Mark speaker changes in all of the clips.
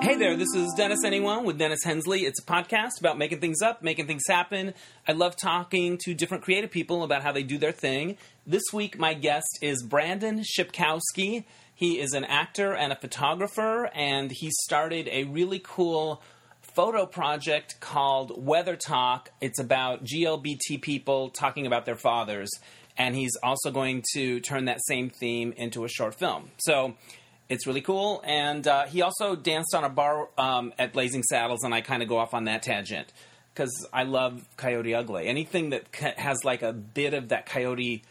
Speaker 1: Hey there, this is Dennis Anyone with Dennis Hensley. It's a podcast about making things up, making things happen. I love talking to different creative people about how they do their thing. This week, my guest is Brandon Shipkowski. He is an actor and a photographer, and he started a really cool photo project called Weather Talk. It's about GLBT people talking about their fathers, and he's also going to turn that same theme into a short film. So, it's really cool. And uh, he also danced on a bar um, at Blazing Saddles, and I kind of go off on that tangent because I love Coyote Ugly. Anything that ca- has like a bit of that coyote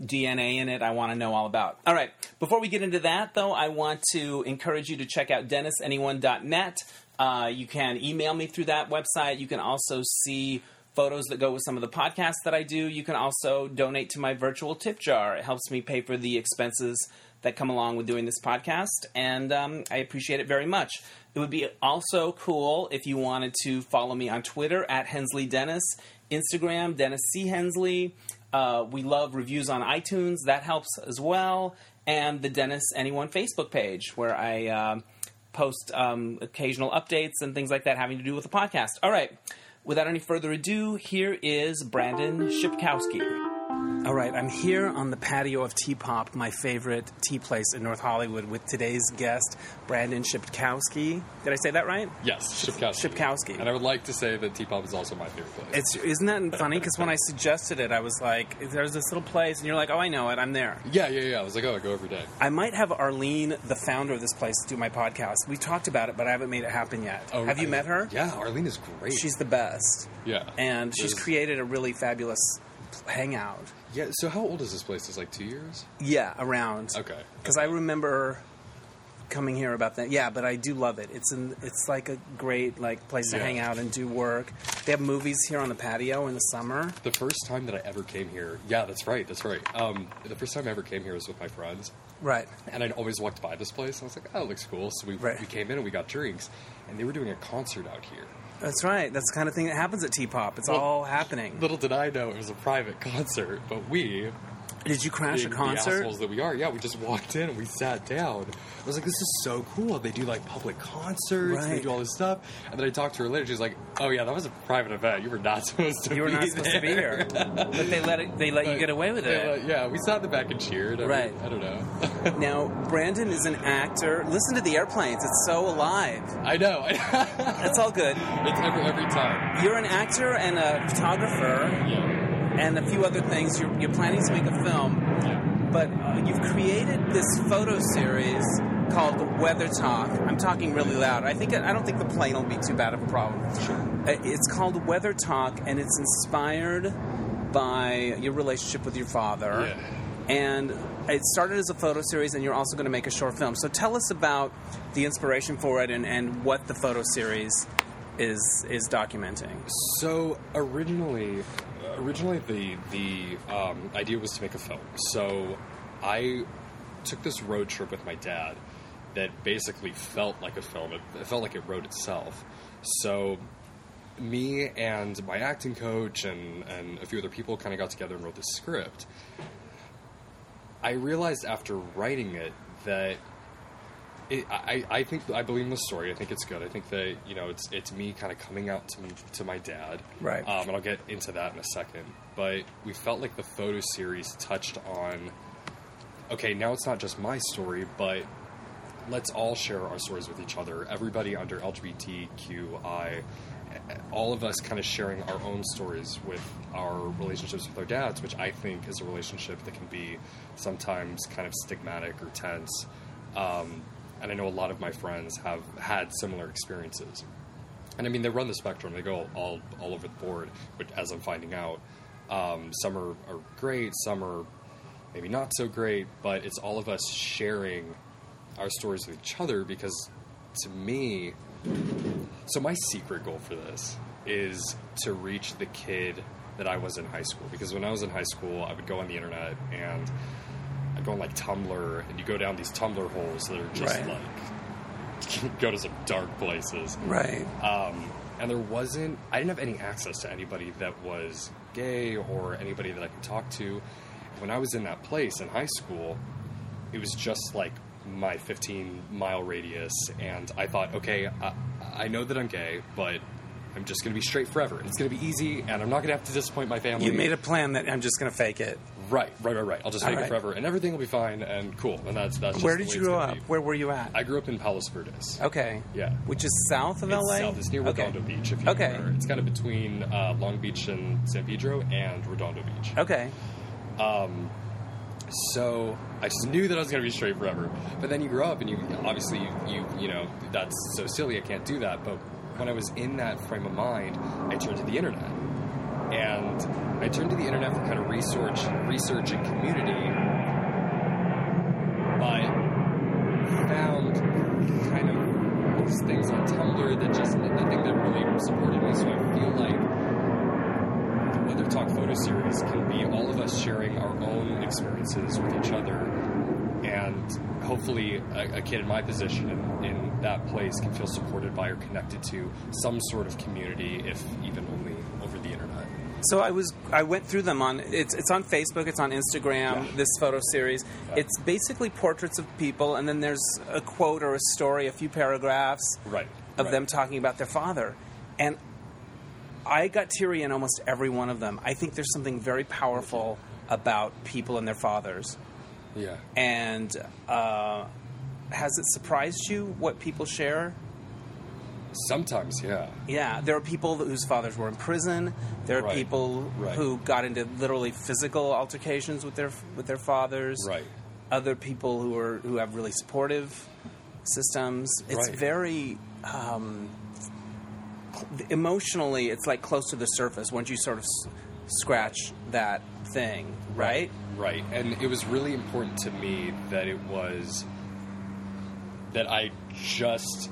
Speaker 1: DNA in it, I want to know all about. All right, before we get into that, though, I want to encourage you to check out DennisAnyone.net. Uh, you can email me through that website. You can also see photos that go with some of the podcasts that I do. You can also donate to my virtual tip jar. It helps me pay for the expenses that come along with doing this podcast, and um, I appreciate it very much. It would be also cool if you wanted to follow me on Twitter at Hensley Dennis, Instagram Dennis C Hensley. Uh, we love reviews on iTunes; that helps as well, and the Dennis Anyone Facebook page where I um post um, occasional updates and things like that having to do with the podcast. All right. Without any further ado, here is Brandon Shipkowski. All right, I'm here on the patio of Tea Pop, my favorite tea place in North Hollywood, with today's guest, Brandon Shipkowski. Did I say that right?
Speaker 2: Yes, Shipkowski.
Speaker 1: Shipkowski.
Speaker 2: And I would like to say that T-pop is also my favorite place.
Speaker 1: It's isn't that funny? Because when I suggested it, I was like, "There's this little place," and you're like, "Oh, I know it. I'm there."
Speaker 2: yeah, yeah, yeah. I was like, oh, I go every day.
Speaker 1: I might have Arlene, the founder of this place, do my podcast. We talked about it, but I haven't made it happen yet.
Speaker 2: Oh,
Speaker 1: have you
Speaker 2: I-
Speaker 1: met her?
Speaker 2: Yeah, Arlene is great.
Speaker 1: She's the best,
Speaker 2: yeah,
Speaker 1: and she's
Speaker 2: There's-
Speaker 1: created a really fabulous hangout.
Speaker 2: Yeah. So how old is this place? It's like two years.
Speaker 1: Yeah, around.
Speaker 2: Okay.
Speaker 1: Because I remember coming here about that. Yeah, but I do love it. It's in, it's like a great like place to
Speaker 2: Yeah.
Speaker 1: hang out and do work. They have movies here on the patio in the summer.
Speaker 2: The first time that I ever came here, yeah, that's right, that's right. Um, the first time I ever came here was with my friends,
Speaker 1: Right.
Speaker 2: and I'd always walked by this place. And I was like, oh, it looks cool. So we
Speaker 1: Right.
Speaker 2: we came in and we got drinks, and they were doing a concert out here.
Speaker 1: That's right. That's the kind of thing that happens at T-pop. It's
Speaker 2: Well,
Speaker 1: all happening.
Speaker 2: Little did I know it was a private concert, but we
Speaker 1: Did you crash a
Speaker 2: being The
Speaker 1: concert?
Speaker 2: assholes that we are. Yeah, we just walked in and we sat down. I was like, this is so cool. They do like public concerts. They
Speaker 1: Right.
Speaker 2: do all this stuff. And then I talked to her later. She's like, oh yeah, that was a private event. You were not supposed to.
Speaker 1: You were
Speaker 2: be
Speaker 1: not supposed to be
Speaker 2: there."
Speaker 1: here, but they let it, they let you get away with
Speaker 2: They
Speaker 1: it.
Speaker 2: let- yeah, we sat in the back and cheered. I
Speaker 1: Right.
Speaker 2: Mean, I don't know.
Speaker 1: Now Brandon is an actor. Listen to the airplanes; it's so alive.
Speaker 2: I know. it's
Speaker 1: That's all good.
Speaker 2: every every time.
Speaker 1: You're an actor and a photographer,
Speaker 2: Yeah.
Speaker 1: and a few other things. You're, you're planning to make a film.
Speaker 2: Yeah.
Speaker 1: but uh, you've created this photo series called Weather Talk. I'm talking really loud. I think I don't think the plane will be too bad of a problem.
Speaker 2: Sure.
Speaker 1: Uh, It's called Weather Talk, and it's inspired by your relationship with your father.
Speaker 2: Yeah.
Speaker 1: And it started as a photo series, and you're also going to make a short film. So tell us about the inspiration for it and, and what the photo series is is documenting.
Speaker 2: So originally, originally the the um, idea was to make a film. So I took this road trip with my dad that basically felt like a film. It, it felt like it wrote itself. So me and my acting coach and, and a few other people kind of got together and wrote the script. I realized after writing it that it, I, I I think I believe in the story. I think it's good. I think that you know it's it's me kind of coming out to to my dad,
Speaker 1: Right.
Speaker 2: Um, and I'll get into that in a second. But we felt like the photo series touched on. Okay, now it's not just my story, but let's all share our stories with each other. Everybody under LGBTQI, all of us kind of sharing our own stories with our relationships with our dads, which I think is a relationship that can be sometimes kind of stigmatic or tense. Um, and I know a lot of my friends have had similar experiences. And I mean, they run the spectrum. They go all all over the board, which, as I'm finding out, um, some are, are great, some are maybe not so great. But it's all of us sharing our stories with each other because, to me, so my secret goal for this is to reach the kid that I was in high school. Because when I was in high school, I would go on the internet and I'd go on like Tumblr, and you go down these Tumblr holes that are just
Speaker 1: Right.
Speaker 2: like go to some dark places
Speaker 1: Right.
Speaker 2: um, and there wasn't i didn't have any access to anybody that was gay or anybody that i could talk to when i was in that place in high school it was just like my 15 mile radius, and I thought, okay, I, I know that I'm gay, but I'm just going to be straight forever. It's going to be easy, and I'm not going to have to disappoint my family.
Speaker 1: You made a plan that I'm just going to fake it.
Speaker 2: right, right, right, right. I'll just
Speaker 1: All
Speaker 2: make
Speaker 1: right.
Speaker 2: it forever, and everything will be fine and cool. And that's that's. Just
Speaker 1: Where
Speaker 2: the
Speaker 1: did
Speaker 2: way
Speaker 1: you
Speaker 2: it's
Speaker 1: grow
Speaker 2: gonna
Speaker 1: up?
Speaker 2: be.
Speaker 1: Where were you at?
Speaker 2: I grew up in Palos Verdes.
Speaker 1: okay.
Speaker 2: Yeah.
Speaker 1: Which is south of
Speaker 2: It's
Speaker 1: LA?
Speaker 2: south. It's near
Speaker 1: okay.
Speaker 2: Redondo Beach. If you
Speaker 1: Okay.
Speaker 2: remember. it's kind of between uh, Long Beach and San Pedro and Redondo Beach.
Speaker 1: Okay.
Speaker 2: So I just knew that I was going to be straight forever. But then you grow up, and you obviously you, you you know that's so silly. I can't do that. But when I was in that frame of mind, I turned to the internet, and I turned to the internet for kind of research, research and community. But found kind of these things on Tumblr that just nothing that really supported me. So I feel like the Weather Talk photo series can be all of us sharing our own experiences with each other. And hopefully, a, a kid in my position in, in that place can feel supported by or connected to some sort of community, if even only over the internet.
Speaker 1: So I was I went through them on it's it's on Facebook, it's on Instagram.
Speaker 2: Yeah.
Speaker 1: This photo series,
Speaker 2: Yeah.
Speaker 1: it's basically portraits of people, and then there's a quote or a story, a few paragraphs
Speaker 2: Right.
Speaker 1: of
Speaker 2: right.
Speaker 1: them talking about their father, and I got teary in almost every one of them. I think there's something very powerful about people and their fathers,
Speaker 2: Yeah.
Speaker 1: and uh, has it surprised you what people share?
Speaker 2: Sometimes, yeah.
Speaker 1: Yeah, there are people whose fathers were in prison. There are
Speaker 2: Right.
Speaker 1: people
Speaker 2: Right.
Speaker 1: who got into literally physical altercations with their with their fathers.
Speaker 2: Right.
Speaker 1: Other people who are who have really supportive systems. It's
Speaker 2: Right.
Speaker 1: very um, emotionally. It's like close to the surface once you sort of s- scratch that thing, right?
Speaker 2: Right. And it was really important to me that it was that I just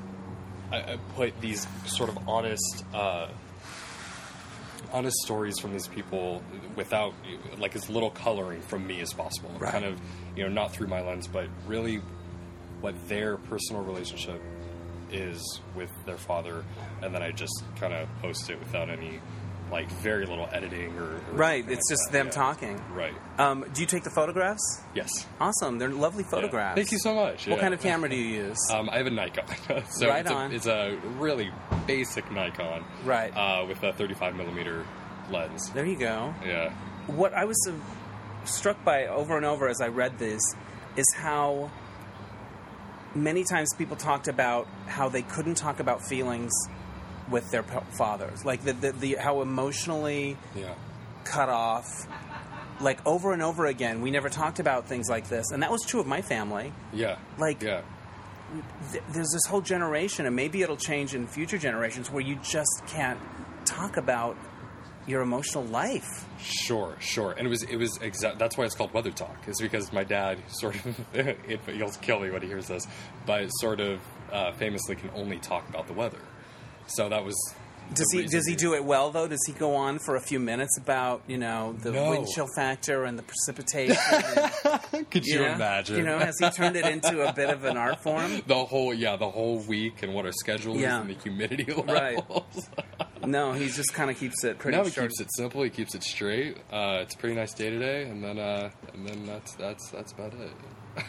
Speaker 2: I, I put these sort of honest uh, honest stories from these people without like as little coloring from me as possible.
Speaker 1: Right.
Speaker 2: Kind of you know not through my lens, but really what their personal relationship is with their father, and then I just kind of post it without any. Like very little editing or, or
Speaker 1: Right,
Speaker 2: anything
Speaker 1: it's
Speaker 2: like
Speaker 1: just
Speaker 2: that,
Speaker 1: them
Speaker 2: yeah.
Speaker 1: talking.
Speaker 2: Right.
Speaker 1: Um, do you take the photographs?
Speaker 2: Yes.
Speaker 1: Awesome, they're lovely photographs.
Speaker 2: Thank you so much.
Speaker 1: What
Speaker 2: yeah.
Speaker 1: kind of camera do you use?
Speaker 2: Um, I have a Nikon. so
Speaker 1: Right
Speaker 2: it's, a,
Speaker 1: on.
Speaker 2: it's a really basic Nikon.
Speaker 1: Right.
Speaker 2: Uh, with a 35 millimeter lens.
Speaker 1: there you go.
Speaker 2: Yeah.
Speaker 1: what I was uh, struck by over and over as I read this is how many times people talked about how they couldn't talk about feelings with their p- fathers, like the, the, the how emotionally
Speaker 2: Yeah.
Speaker 1: cut off. Like over and over again, we never talked about things like this, and that was true of my family.
Speaker 2: Yeah.
Speaker 1: Like-
Speaker 2: Yeah.
Speaker 1: Th- there's this whole generation, and maybe it'll change in future generations, where you just can't talk about your emotional life.
Speaker 2: Sure. Sure. And it was it was exact. That's why it's called Weather Talk. Is because my dad sort of it, he'll kill me when he hears this, but sort of uh, famously can only talk about the weather. So that was.
Speaker 1: Does
Speaker 2: the
Speaker 1: he
Speaker 2: reason
Speaker 1: does he do it well though? Does he go on for a few minutes about you know the
Speaker 2: No.
Speaker 1: wind chill factor and the precipitation?
Speaker 2: Could you
Speaker 1: Yeah.
Speaker 2: imagine?
Speaker 1: You know, has he turned it into a bit of an art form?
Speaker 2: the whole yeah the whole week and what our schedule
Speaker 1: Yeah.
Speaker 2: is and the humidity levels.
Speaker 1: Right. No, he just kind of keeps it pretty
Speaker 2: now he
Speaker 1: short.
Speaker 2: keeps it simple. He keeps it straight. Uh, it's a pretty nice day today, and then uh, and then that's that's that's about it.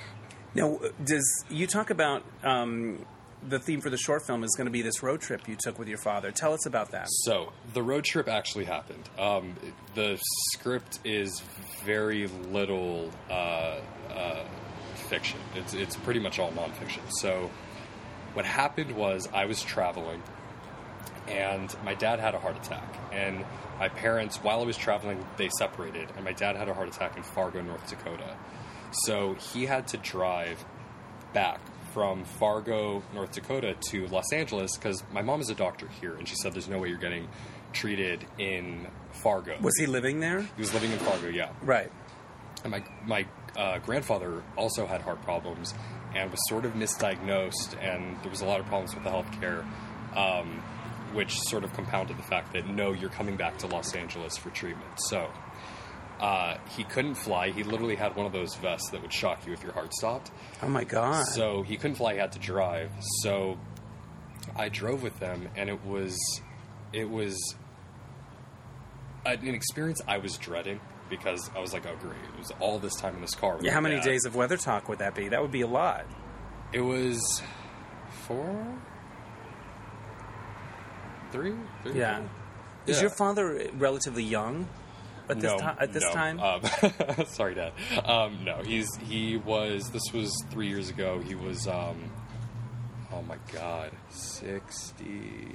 Speaker 1: Now, does you talk about um, the theme for the short film is going to be this road trip you took with your father? Tell us about that.
Speaker 2: So the road trip actually happened. Um, the script is very little uh, uh, fiction. It's it's pretty much all nonfiction. So what happened was I was traveling, and my dad had a heart attack, and my parents, while I was traveling, they separated, and my dad had a heart attack in Fargo, North Dakota. So he had to drive back from Fargo, North Dakota to Los Angeles because my mom is a doctor here, and she said there's no way you're getting treated in Fargo.
Speaker 1: Was he living there?
Speaker 2: He was living in Fargo, yeah.
Speaker 1: Right.
Speaker 2: And my my uh, grandfather also had heart problems and was sort of misdiagnosed, and there was a lot of problems with the healthcare, um, which sort of compounded the fact that no, you're coming back to Los Angeles for treatment. So uh, he couldn't fly. He literally had one of those vests that would shock you if your heart stopped.
Speaker 1: Oh my god.
Speaker 2: So he couldn't fly; he had to drive. So I drove with them, and it was it was an experience I was dreading because I was like, "Oh, great! It was all this time in this car." with
Speaker 1: Yeah,
Speaker 2: my
Speaker 1: how many
Speaker 2: dad.
Speaker 1: days of weather talk would that be? That would be a lot.
Speaker 2: It was four, three, three.
Speaker 3: Yeah.
Speaker 2: four?
Speaker 3: Is
Speaker 2: Yeah.
Speaker 3: your father relatively young at this,
Speaker 2: no,
Speaker 3: ti- at this
Speaker 2: no.
Speaker 3: time?
Speaker 2: Um, sorry, Dad. Um, no, he's he was. This was three years ago. He was. Um, oh my God, sixty.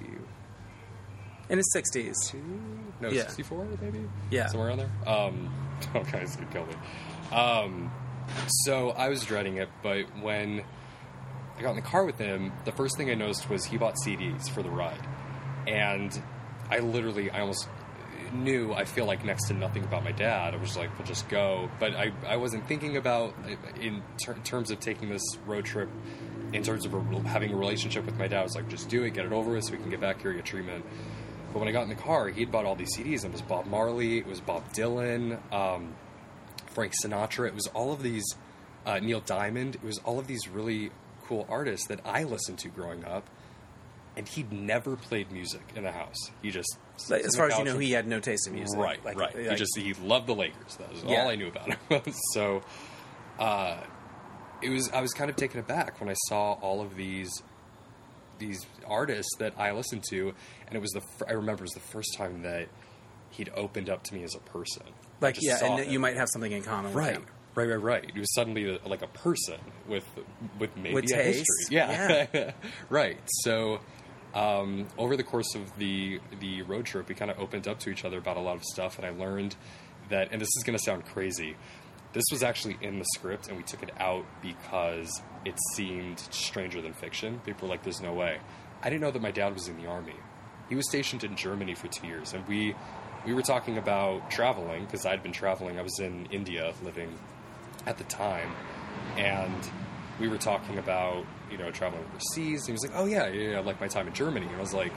Speaker 3: In his 60s.
Speaker 2: two, no,
Speaker 3: Yeah.
Speaker 2: 64 maybe?
Speaker 3: Yeah.
Speaker 2: Somewhere around there. Um, oh, guys, you kill me. Um, so I was dreading it, but when I got in the car with him, the first thing I noticed was he bought CDs for the ride. And I literally, I almost knew I feel like next to nothing about my dad. I was like, we'll just go. But I, I wasn't thinking about, in ter- terms of taking this road trip, in terms of a, having a relationship with my dad, I was like, just do it, get it over with so we can get back here, get treatment. But when I got in the car, he had bought all these CDs. It was Bob Marley, it was Bob Dylan, um, Frank Sinatra. It was all of these, uh, Neil Diamond. It was all of these really cool artists that I listened to growing up. And he'd never played music in the house. He just
Speaker 3: Like,
Speaker 2: sits
Speaker 3: as
Speaker 2: on
Speaker 3: far
Speaker 2: the
Speaker 3: as you
Speaker 2: couch
Speaker 3: know,
Speaker 2: and-
Speaker 3: he had no taste in music.
Speaker 2: Right,
Speaker 3: Like-
Speaker 2: right. he
Speaker 3: like-
Speaker 2: just he loved the Lakers. That was
Speaker 3: Yeah.
Speaker 2: all I knew about him. so, uh, it was I was kind of taken aback when I saw all of these these artists that I listened to, and it was the fir- I remember it was the first time that he'd opened up to me as a person. I
Speaker 3: like
Speaker 2: just
Speaker 3: yeah,
Speaker 2: saw
Speaker 3: and
Speaker 2: him.
Speaker 3: you might have something in common with
Speaker 2: Right.
Speaker 3: him.
Speaker 2: Right, right, right. He was suddenly uh, like a person with with maybe
Speaker 3: With
Speaker 2: a
Speaker 3: taste.
Speaker 2: history. Yeah. right. So um, over the course of the the road trip, we kind of opened up to each other about a lot of stuff, and I learned that. And this is going to sound crazy. This was actually in the script, and we took it out because it seemed stranger than fiction. People were like, "There's no way." I didn't know that my dad was in the army. He was stationed in Germany for two years, and we we were talking about traveling because I'd been traveling. I was in India living at the time, and we were talking about you know traveling overseas. And he was like, "Oh yeah, yeah, yeah, like my time in Germany." And I was like,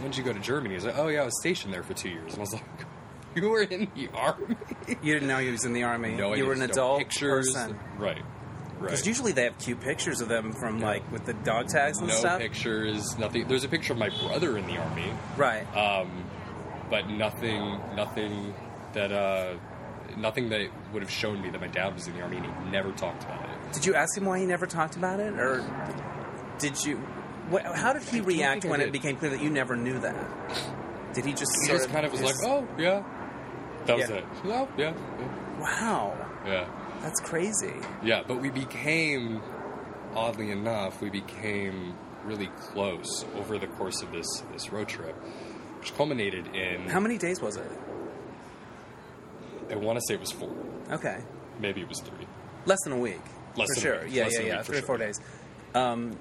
Speaker 2: "When did you go to Germany?" He's like, "Oh yeah, I was stationed there for two years." And I was like, "You were in the army?
Speaker 3: You didn't know he was in the army.
Speaker 2: No, I
Speaker 3: you were an
Speaker 2: didn't know
Speaker 3: adult
Speaker 2: pictures,
Speaker 3: person.
Speaker 2: right?
Speaker 3: Because
Speaker 2: Right.
Speaker 3: usually they have cute pictures of them from like with the dog tags and
Speaker 2: no
Speaker 3: stuff.
Speaker 2: pictures, nothing. There's a picture of my brother in the army,
Speaker 3: Right.
Speaker 2: um, but nothing, nothing that, uh, nothing that would have shown me that my dad was in the army, and he never talked about it.
Speaker 3: did you ask him why he never talked about it, or did you? What, how did he react
Speaker 2: think I
Speaker 3: when it
Speaker 2: did.
Speaker 3: became clear that you never knew that? Did he just
Speaker 2: He
Speaker 3: sort
Speaker 2: just kind of was like,
Speaker 3: just-
Speaker 2: "Oh yeah." That was
Speaker 3: Yeah.
Speaker 2: it. Oh yeah, yeah.
Speaker 3: wow,
Speaker 2: Yeah.
Speaker 3: that's crazy."
Speaker 2: Yeah, but we became, oddly enough, we became really close over the course of this, this road trip, which culminated in,
Speaker 3: How many days was it?
Speaker 2: I want to say it was four.
Speaker 3: Okay,
Speaker 2: Maybe it was three.
Speaker 3: less than a week.
Speaker 2: Less
Speaker 3: for
Speaker 2: than a
Speaker 3: sure.
Speaker 2: week.
Speaker 3: Yeah,
Speaker 2: Less
Speaker 3: yeah,
Speaker 2: than a
Speaker 3: yeah.
Speaker 2: week for
Speaker 3: Three or four
Speaker 2: sure.
Speaker 3: days. Um,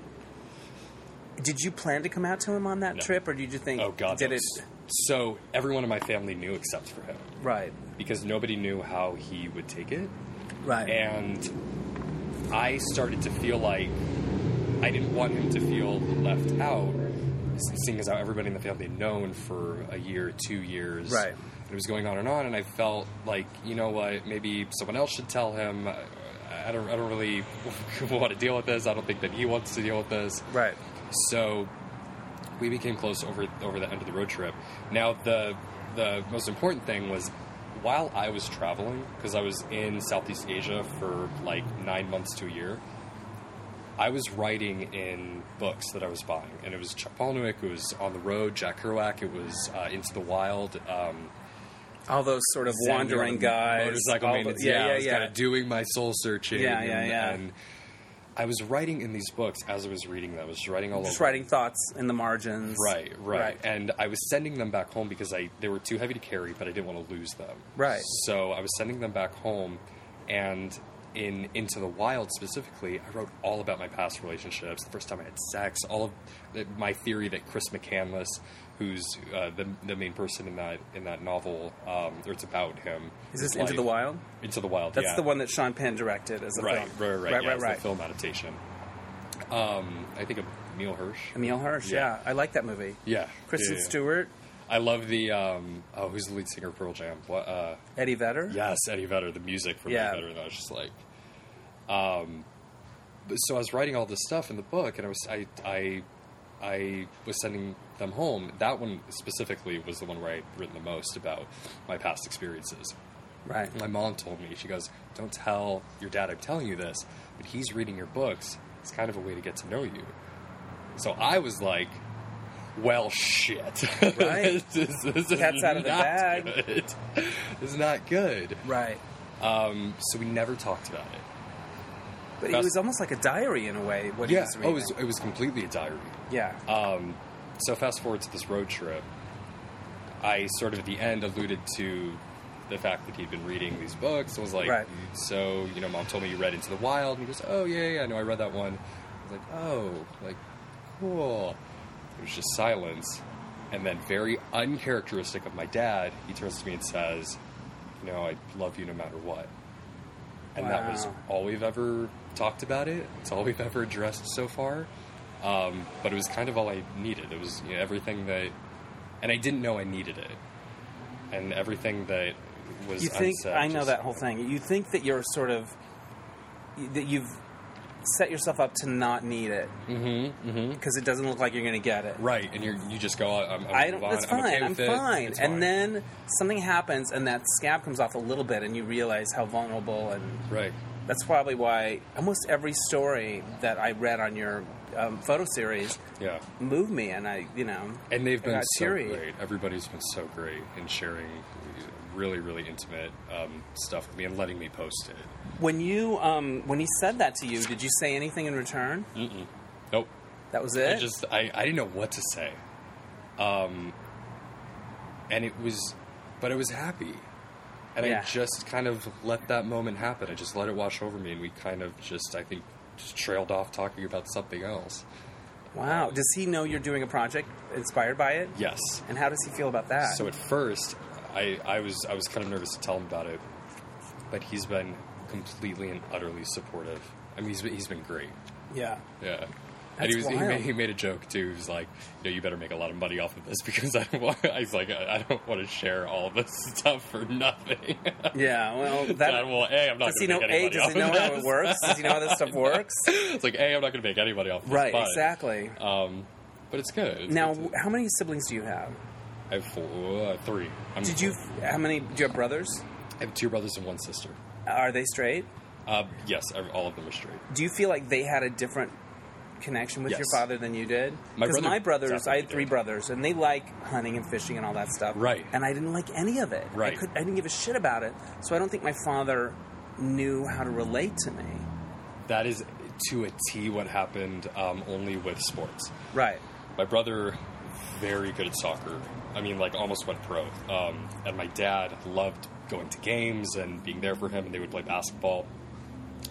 Speaker 3: did you plan to come out to him on that
Speaker 2: No.
Speaker 3: trip, or did you think?
Speaker 2: Oh, God.
Speaker 3: did
Speaker 2: that
Speaker 3: it?
Speaker 2: was- So everyone in my family knew except for him
Speaker 3: Right,
Speaker 2: because nobody knew how he would take it.
Speaker 3: right.
Speaker 2: And I started to feel like I didn't want him to feel left out, seeing as how everybody in the family had known for a year, two years.
Speaker 3: Right.
Speaker 2: And it was going on and on, and I felt like, you know what, maybe someone else should tell him. I, I, don't, I don't really want to deal with this. I don't think that he wants to deal with this.
Speaker 3: right.
Speaker 2: So we became close over over the end of the road trip. Now the the most important thing was while I was traveling because I was in Southeast Asia for like 9 months to a year. I was writing in books that I was buying, and it was Chuck Palahniuk, it was On the Road, Jack Kerouac, it was uh, Into the Wild, um,
Speaker 3: All those sort of
Speaker 2: Zen,
Speaker 3: wandering
Speaker 2: you know,
Speaker 3: guys,
Speaker 2: motorcycle
Speaker 3: all
Speaker 2: maintenance.
Speaker 3: the-
Speaker 2: yeah, I
Speaker 3: yeah,
Speaker 2: was
Speaker 3: yeah,
Speaker 2: kind of doing my soul searching.
Speaker 3: Yeah, yeah,
Speaker 2: and,
Speaker 3: yeah.
Speaker 2: And I was writing in these books as I was reading them. I was just writing all
Speaker 3: Just
Speaker 2: over.
Speaker 3: writing thoughts in the margins.
Speaker 2: Right, right,
Speaker 3: Right.
Speaker 2: And I was sending them back home because I they were too heavy to carry, but I didn't want to lose them.
Speaker 3: Right.
Speaker 2: So I was sending them back home, and in Into the Wild specifically, I wrote all about my past relationships, the first time I had sex, all of the, my theory that Chris McCandless, who's uh, the the main person in that in that novel, um, or it's about him.
Speaker 3: Is this
Speaker 2: his
Speaker 3: Into
Speaker 2: life-
Speaker 3: the Wild?
Speaker 2: Into the Wild.
Speaker 3: That's
Speaker 2: yeah.
Speaker 3: the one that Sean Penn directed as a
Speaker 2: Right,
Speaker 3: film.
Speaker 2: right, right,
Speaker 3: right,
Speaker 2: yeah,
Speaker 3: right.
Speaker 2: it's
Speaker 3: right.
Speaker 2: The film adaptation. Um, I think of Neil Hirsch.
Speaker 3: Emil Hirsch. Yeah.
Speaker 2: Yeah.
Speaker 3: I like that movie.
Speaker 2: Yeah,
Speaker 3: Kristen
Speaker 2: yeah, yeah.
Speaker 3: Stewart,
Speaker 2: I love the um, oh, who's the lead singer of Pearl Jam? What, uh,
Speaker 3: Eddie Vedder.
Speaker 2: yes, Eddie Vedder. The music from
Speaker 3: Yeah.
Speaker 2: Eddie Vedder. And I was just like, um, but- so I was writing all this stuff in the book, and I was I I I was sending them home. That one specifically was the one where I'd written the most about my past experiences.
Speaker 3: Right.
Speaker 2: My mom told me she goes, "Don't tell your dad I'm telling you this, but he's reading your books It's kind of a way to get to know you. So I was like, well, shit.
Speaker 1: Right.
Speaker 2: this is, this is
Speaker 1: Cat's out of the
Speaker 2: not
Speaker 1: bag.
Speaker 2: Good. This is not good.
Speaker 1: Right.
Speaker 2: Um, so we never talked about it.
Speaker 1: But it
Speaker 2: That's-
Speaker 1: was almost like a diary in a way. What he
Speaker 2: Yeah.
Speaker 1: was
Speaker 2: Oh,
Speaker 1: reading.
Speaker 2: it was, it was completely a diary.
Speaker 1: yeah.
Speaker 2: Um, so fast forward to this road trip, I sort of at the end alluded to the fact that he'd been reading these books. I was like,
Speaker 1: Right.
Speaker 2: so you know, mom told me you read Into the Wild, and he goes, oh yeah, yeah, I know, I read that one. I was like, oh, like cool. It was just silence, and then very uncharacteristic of my dad, he turns to me and says, you know, I love you no matter what. And that was
Speaker 1: Wow.
Speaker 2: all we've ever talked about it. It's all we've ever addressed so far. Um, but it was kind of all I needed. It was you know, everything that, and I didn't know I needed it, and everything that was.
Speaker 1: you think
Speaker 2: unsaid
Speaker 1: I know
Speaker 2: just-
Speaker 1: that whole thing. You think that you're sort of that you've set yourself up to not need it because it doesn't look like you're going to get it.
Speaker 2: Mm-hmm, right? And you you just go. "Oh, I'm, I'm
Speaker 1: I don't.
Speaker 2: move on.
Speaker 1: That's fine.
Speaker 2: I'm, okay
Speaker 1: I'm
Speaker 2: with it.
Speaker 1: fine.
Speaker 2: It's
Speaker 1: And then something happens, and that scab comes off a little bit, and you realize how vulnerable. And
Speaker 2: right,
Speaker 1: that's probably why almost every story that I read on your um, photo series
Speaker 2: yeah.
Speaker 1: moved me, and I, you know,
Speaker 2: And they've
Speaker 1: I
Speaker 2: been
Speaker 1: got
Speaker 2: so
Speaker 1: teary.
Speaker 2: great. Everybody's been so great in sharing really, really intimate um, stuff with me and letting me post it.
Speaker 1: When you, um, when he said that to you, did you say anything in return?
Speaker 2: Nope.
Speaker 1: That was it.
Speaker 2: Mm. I just I, I didn't know what to say. Um and it was but I was happy. And
Speaker 1: Yeah.
Speaker 2: I just kind of let that moment happen. I just let it wash over me and we kind of just I think just trailed off talking about something else.
Speaker 1: Wow. Does he know you're doing a project inspired by it?
Speaker 2: Yes.
Speaker 1: And how does he feel about that?
Speaker 2: So at first I, I was I was kind of nervous to tell him about it. But he's been completely and utterly supportive. I mean he's been, he's been great.
Speaker 1: yeah.
Speaker 2: Yeah. and
Speaker 1: That's
Speaker 2: he was he made,
Speaker 1: wild.
Speaker 2: he made a joke too. He was like, "You know, you better make a lot of money off of this because I don't want." He's like, "I, I don't want to share all this stuff for nothing."
Speaker 1: Yeah. Well,
Speaker 2: That,
Speaker 1: that.
Speaker 2: well, a, I'm not
Speaker 1: Does he
Speaker 2: going to
Speaker 1: know?
Speaker 2: make
Speaker 1: A.
Speaker 2: anybody
Speaker 1: Does
Speaker 2: off
Speaker 1: he know
Speaker 2: of
Speaker 1: how
Speaker 2: this.
Speaker 1: it works? Does he know how this stuff works?
Speaker 2: it's like a, I'm not going to make anybody off. Of this,
Speaker 1: Right.
Speaker 2: but,
Speaker 1: Exactly.
Speaker 2: Um, but it's good. It's
Speaker 1: Now,
Speaker 2: good to-
Speaker 1: how many siblings do you have?
Speaker 2: I have four, uh, three. I'm
Speaker 1: Did you? How many? Do you have brothers?
Speaker 2: I have two brothers and one sister.
Speaker 1: Are they straight?
Speaker 2: Uh, yes, I- all of them are straight.
Speaker 1: Do you feel like they had a different connection with
Speaker 2: Yes.
Speaker 1: your father than you did?
Speaker 2: My
Speaker 1: Because
Speaker 2: brother
Speaker 1: my brothers, I
Speaker 2: definitely
Speaker 1: had three
Speaker 2: did.
Speaker 1: brothers, and they like hunting and fishing and all that stuff.
Speaker 2: Right.
Speaker 1: And I didn't like any of it. I,
Speaker 2: Right.
Speaker 1: could, I didn't give a shit about it. So I don't think my father knew how to relate to me.
Speaker 2: That is to a T what happened. Um, only with sports.
Speaker 1: Right.
Speaker 2: My brother, very good at soccer. I mean, like almost went pro. Um, and my dad loved going to games and being there for him, and they would play basketball.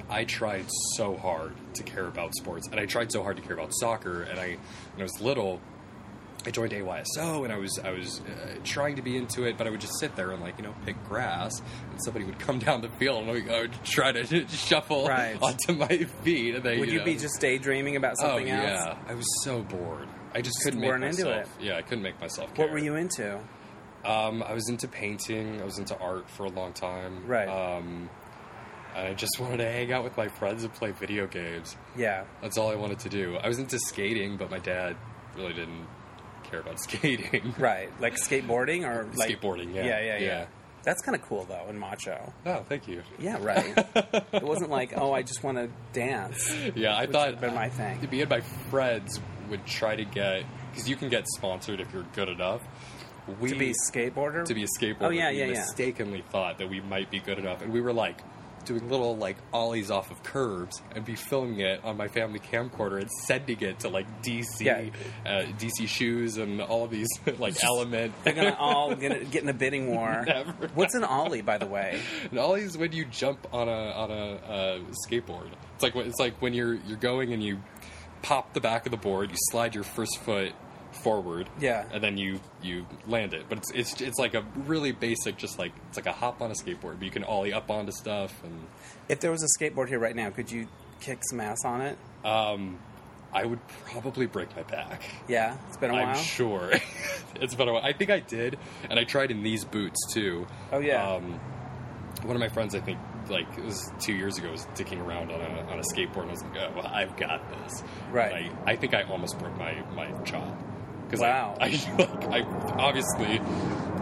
Speaker 2: I tried so hard to care about sports, and I tried so hard to care about soccer. And I, when I was little, I joined AYSO, and I was I was uh, trying to be into it, but I would just sit there and like you know pick grass, and somebody would come down the field, and I would try to shuffle
Speaker 1: Right.
Speaker 2: onto my feet. And they,
Speaker 1: Would you
Speaker 2: know,
Speaker 1: be just daydreaming about something
Speaker 2: oh,
Speaker 1: else?
Speaker 2: Yeah, I was so bored. I just, couldn't make
Speaker 1: weren't into
Speaker 2: myself. Yeah, I couldn't make myself.
Speaker 1: What
Speaker 2: care.
Speaker 1: were you into?
Speaker 2: Um, I was into painting. I was into art for a long time.
Speaker 1: Right.
Speaker 2: Um, I just wanted to hang out with my friends and play video games.
Speaker 1: Yeah.
Speaker 2: That's all I wanted to do. I was into skating, but my dad really didn't care about skating.
Speaker 1: Right. Like skateboarding or like
Speaker 2: Skateboarding, yeah.
Speaker 1: Yeah, yeah, yeah.
Speaker 2: Yeah.
Speaker 1: That's kind of cool though in macho.
Speaker 2: Oh, thank you.
Speaker 1: Yeah, right. it wasn't like, oh, I just want to dance.
Speaker 2: Yeah, I
Speaker 1: Which
Speaker 2: thought
Speaker 1: would've been my thing.
Speaker 2: Me and my friends would try to get because you can get sponsored if you're good enough. We
Speaker 1: To be a skateboarder?
Speaker 2: to be a skateboarder.
Speaker 1: Oh, yeah,
Speaker 2: we
Speaker 1: yeah, yeah.
Speaker 2: mistakenly thought that we might be good enough, and we were like doing little like ollies off of curbs and be filming it on my family camcorder and sending it to like DC,
Speaker 1: Yeah.
Speaker 2: uh, DC shoes and all of these like element.
Speaker 1: They're gonna all get, get in a bidding war.
Speaker 2: Never.
Speaker 1: What's an ollie, by the way?
Speaker 2: And ollies when you jump on a on a uh, skateboard. It's like when- it's like when you're you're going and you pop the back of the board, you slide your first foot forward,
Speaker 1: Yeah.
Speaker 2: and then you you land it. But it's it's it's like a really basic, just like it's like a hop on a skateboard, but you can ollie up onto stuff, and
Speaker 1: If there was a skateboard here right now, could you kick some ass on it?
Speaker 2: I would probably break my back.
Speaker 1: Yeah, it's been a
Speaker 2: I'm
Speaker 1: while.
Speaker 2: sure it's been a while. I think I did, and I tried in these boots too.
Speaker 1: Oh, yeah.
Speaker 2: Um, one of my friends, I think, like it was two years ago, was dicking around on a, on a skateboard. and I was like, oh, well, I've got this.
Speaker 1: Right.
Speaker 2: And I, I think I almost broke my my jaw. 'Cause
Speaker 1: Wow.
Speaker 2: I, I, like, I obviously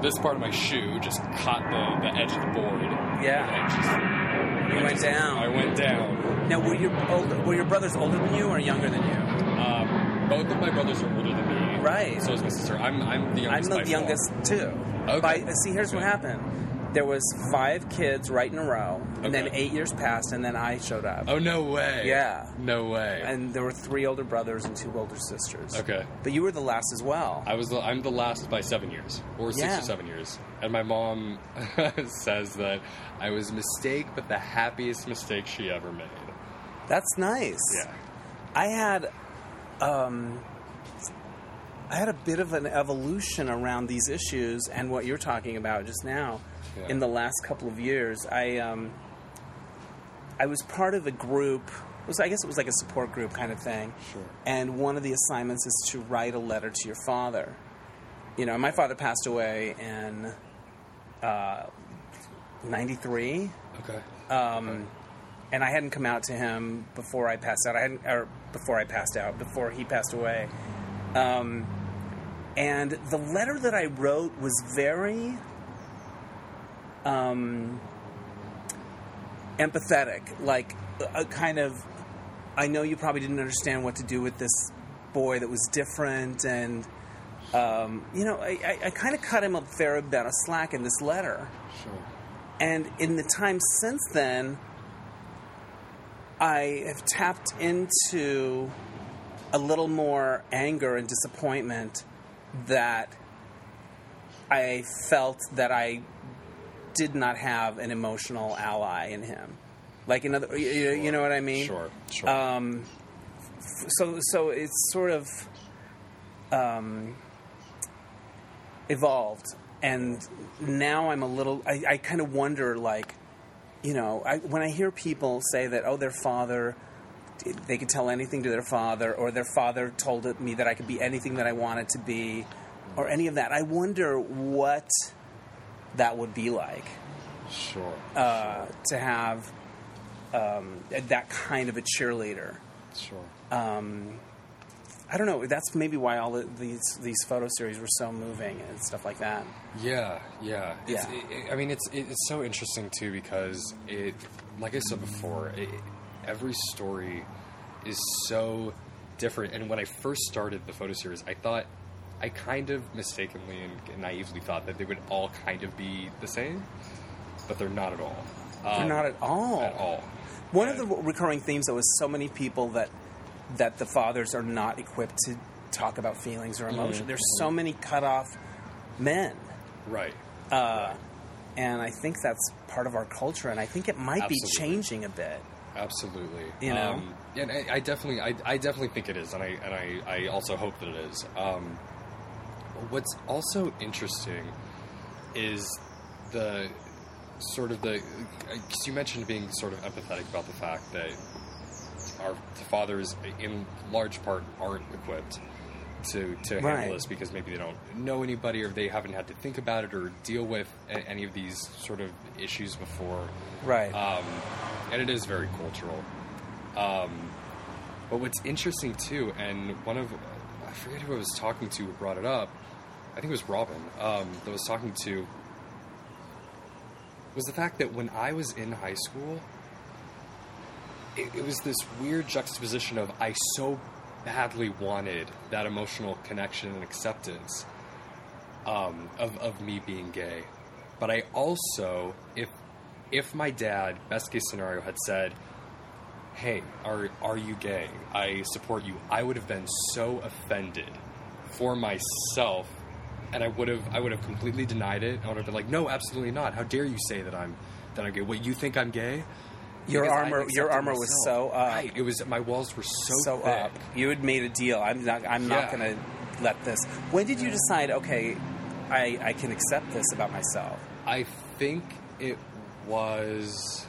Speaker 2: this part of my shoe just caught the, the edge of the board.
Speaker 1: Yeah.
Speaker 2: And I just
Speaker 1: You went down.
Speaker 2: I went down.
Speaker 1: Now, were your old, were your brothers older than you or younger than you?
Speaker 2: Um, both of my brothers are older than me.
Speaker 1: Right.
Speaker 2: So is my sister. I'm I'm the
Speaker 1: I'm
Speaker 2: youngest. by
Speaker 1: the
Speaker 2: far.
Speaker 1: youngest too.
Speaker 2: Okay.
Speaker 1: By, uh, see, here's what
Speaker 2: Okay.
Speaker 1: happened. There was five kids right in a row, and then
Speaker 2: Okay.
Speaker 1: eight years passed, and then I showed up.
Speaker 2: Oh no way.
Speaker 1: Yeah.
Speaker 2: No way.
Speaker 1: And there were three older brothers and two older sisters.
Speaker 2: okay.
Speaker 1: But you were the last as well.
Speaker 2: I was the, I'm the last by seven years, or six
Speaker 1: Yeah.
Speaker 2: or seven years, and my mom says that I was a mistake, but the happiest mistake she ever made.
Speaker 1: That's nice.
Speaker 2: Yeah.
Speaker 1: I had, um, I had a bit of an evolution around these issues and what you're talking about just now.
Speaker 2: Yeah.
Speaker 1: In the last couple of years, I, um, I was part of a group. It was, I guess it was like a support group kind of thing.
Speaker 2: Sure.
Speaker 1: And one of the assignments is to write a letter to your father. You know, my father passed away in uh, '93.
Speaker 2: Okay.
Speaker 1: uh, and I hadn't come out to him before I passed out. I hadn't, or before I passed out, before he passed away. Um, and the letter that I wrote was very um, empathetic, like a, a kind of. I know you probably didn't understand what to do with this boy that was different, and um, you know, I, I, I kind of cut him a fair amount of slack in this letter.
Speaker 2: sure.
Speaker 1: And in the time since then, I have tapped into a little more anger and disappointment that I felt that I did not have an emotional ally in him. Like another, you, you- you know what I mean?
Speaker 2: Sure. Sure.
Speaker 1: Um, f- so so it's sort of um, evolved, and now I'm a little. I, I kind of wonder, like, you know, I, when I hear people say that, oh, their father, they could tell anything to their father, or their father told it- me that I could be anything that I wanted to be, or any of that. I wonder what that would be like
Speaker 2: sure.
Speaker 1: uh, to have um, that kind of a cheerleader.
Speaker 2: sure.
Speaker 1: I don't know. That's maybe why all the, these these photo series were so moving and stuff like that.
Speaker 2: Yeah, yeah. It's,
Speaker 1: Yeah.
Speaker 2: It, it- I mean, it's it- it's so interesting too because it, like I said before, it, every story is so different. And when I first started the photo series, I thought I kind of mistakenly and naively thought that they would all kind of be the same, but they're not at all. Um,
Speaker 1: They're not at all.
Speaker 2: at all.
Speaker 1: One of the recurring themes though is so many people that that the fathers are not equipped to talk about feelings or
Speaker 2: Mm-hmm.
Speaker 1: emotion. There's so many cut off men,
Speaker 2: Right.
Speaker 1: uh, and I think that's part of our culture. And I think it might
Speaker 2: Absolutely.
Speaker 1: be changing a bit.
Speaker 2: Absolutely.
Speaker 1: You know?
Speaker 2: Um, and I, I definitely, I, I definitely think it is, and I and I, I also hope that it is. Um, what's also interesting is the sort of the because you mentioned being sort of empathetic about the fact that our fathers, in large part, aren't equipped to to handle
Speaker 1: Right.
Speaker 2: this because maybe they don't know anybody or they haven't had to think about it or deal with a- any of these sort of issues before.
Speaker 1: Right.
Speaker 2: Um, and it is very cultural. Um, but what's interesting too, and one of I forget who I was talking to who brought it up. I think it was Robin um, that was talking to was the fact that when I was in high school, it, it was this weird juxtaposition of I so badly wanted that emotional connection and acceptance um, of, of me being gay. But I also, if if my dad, best case scenario, had said, "Hey, are are you gay? I support you," I would have been so offended for myself, and I would have I would have completely denied it. I would have been like, "No, absolutely not! How dare you say that I'm that I'm gay? What you think I'm gay?"
Speaker 1: Your
Speaker 2: Because I
Speaker 1: armor- your
Speaker 2: accepted
Speaker 1: armor was so up.
Speaker 2: Right, it was my walls were so
Speaker 1: so
Speaker 2: thick.
Speaker 1: up. You had made a deal. I'm not. I'm not
Speaker 2: Yeah. Mm.
Speaker 1: going to let this. When did you decide? Okay, I, I can accept this about myself.
Speaker 2: I think it was.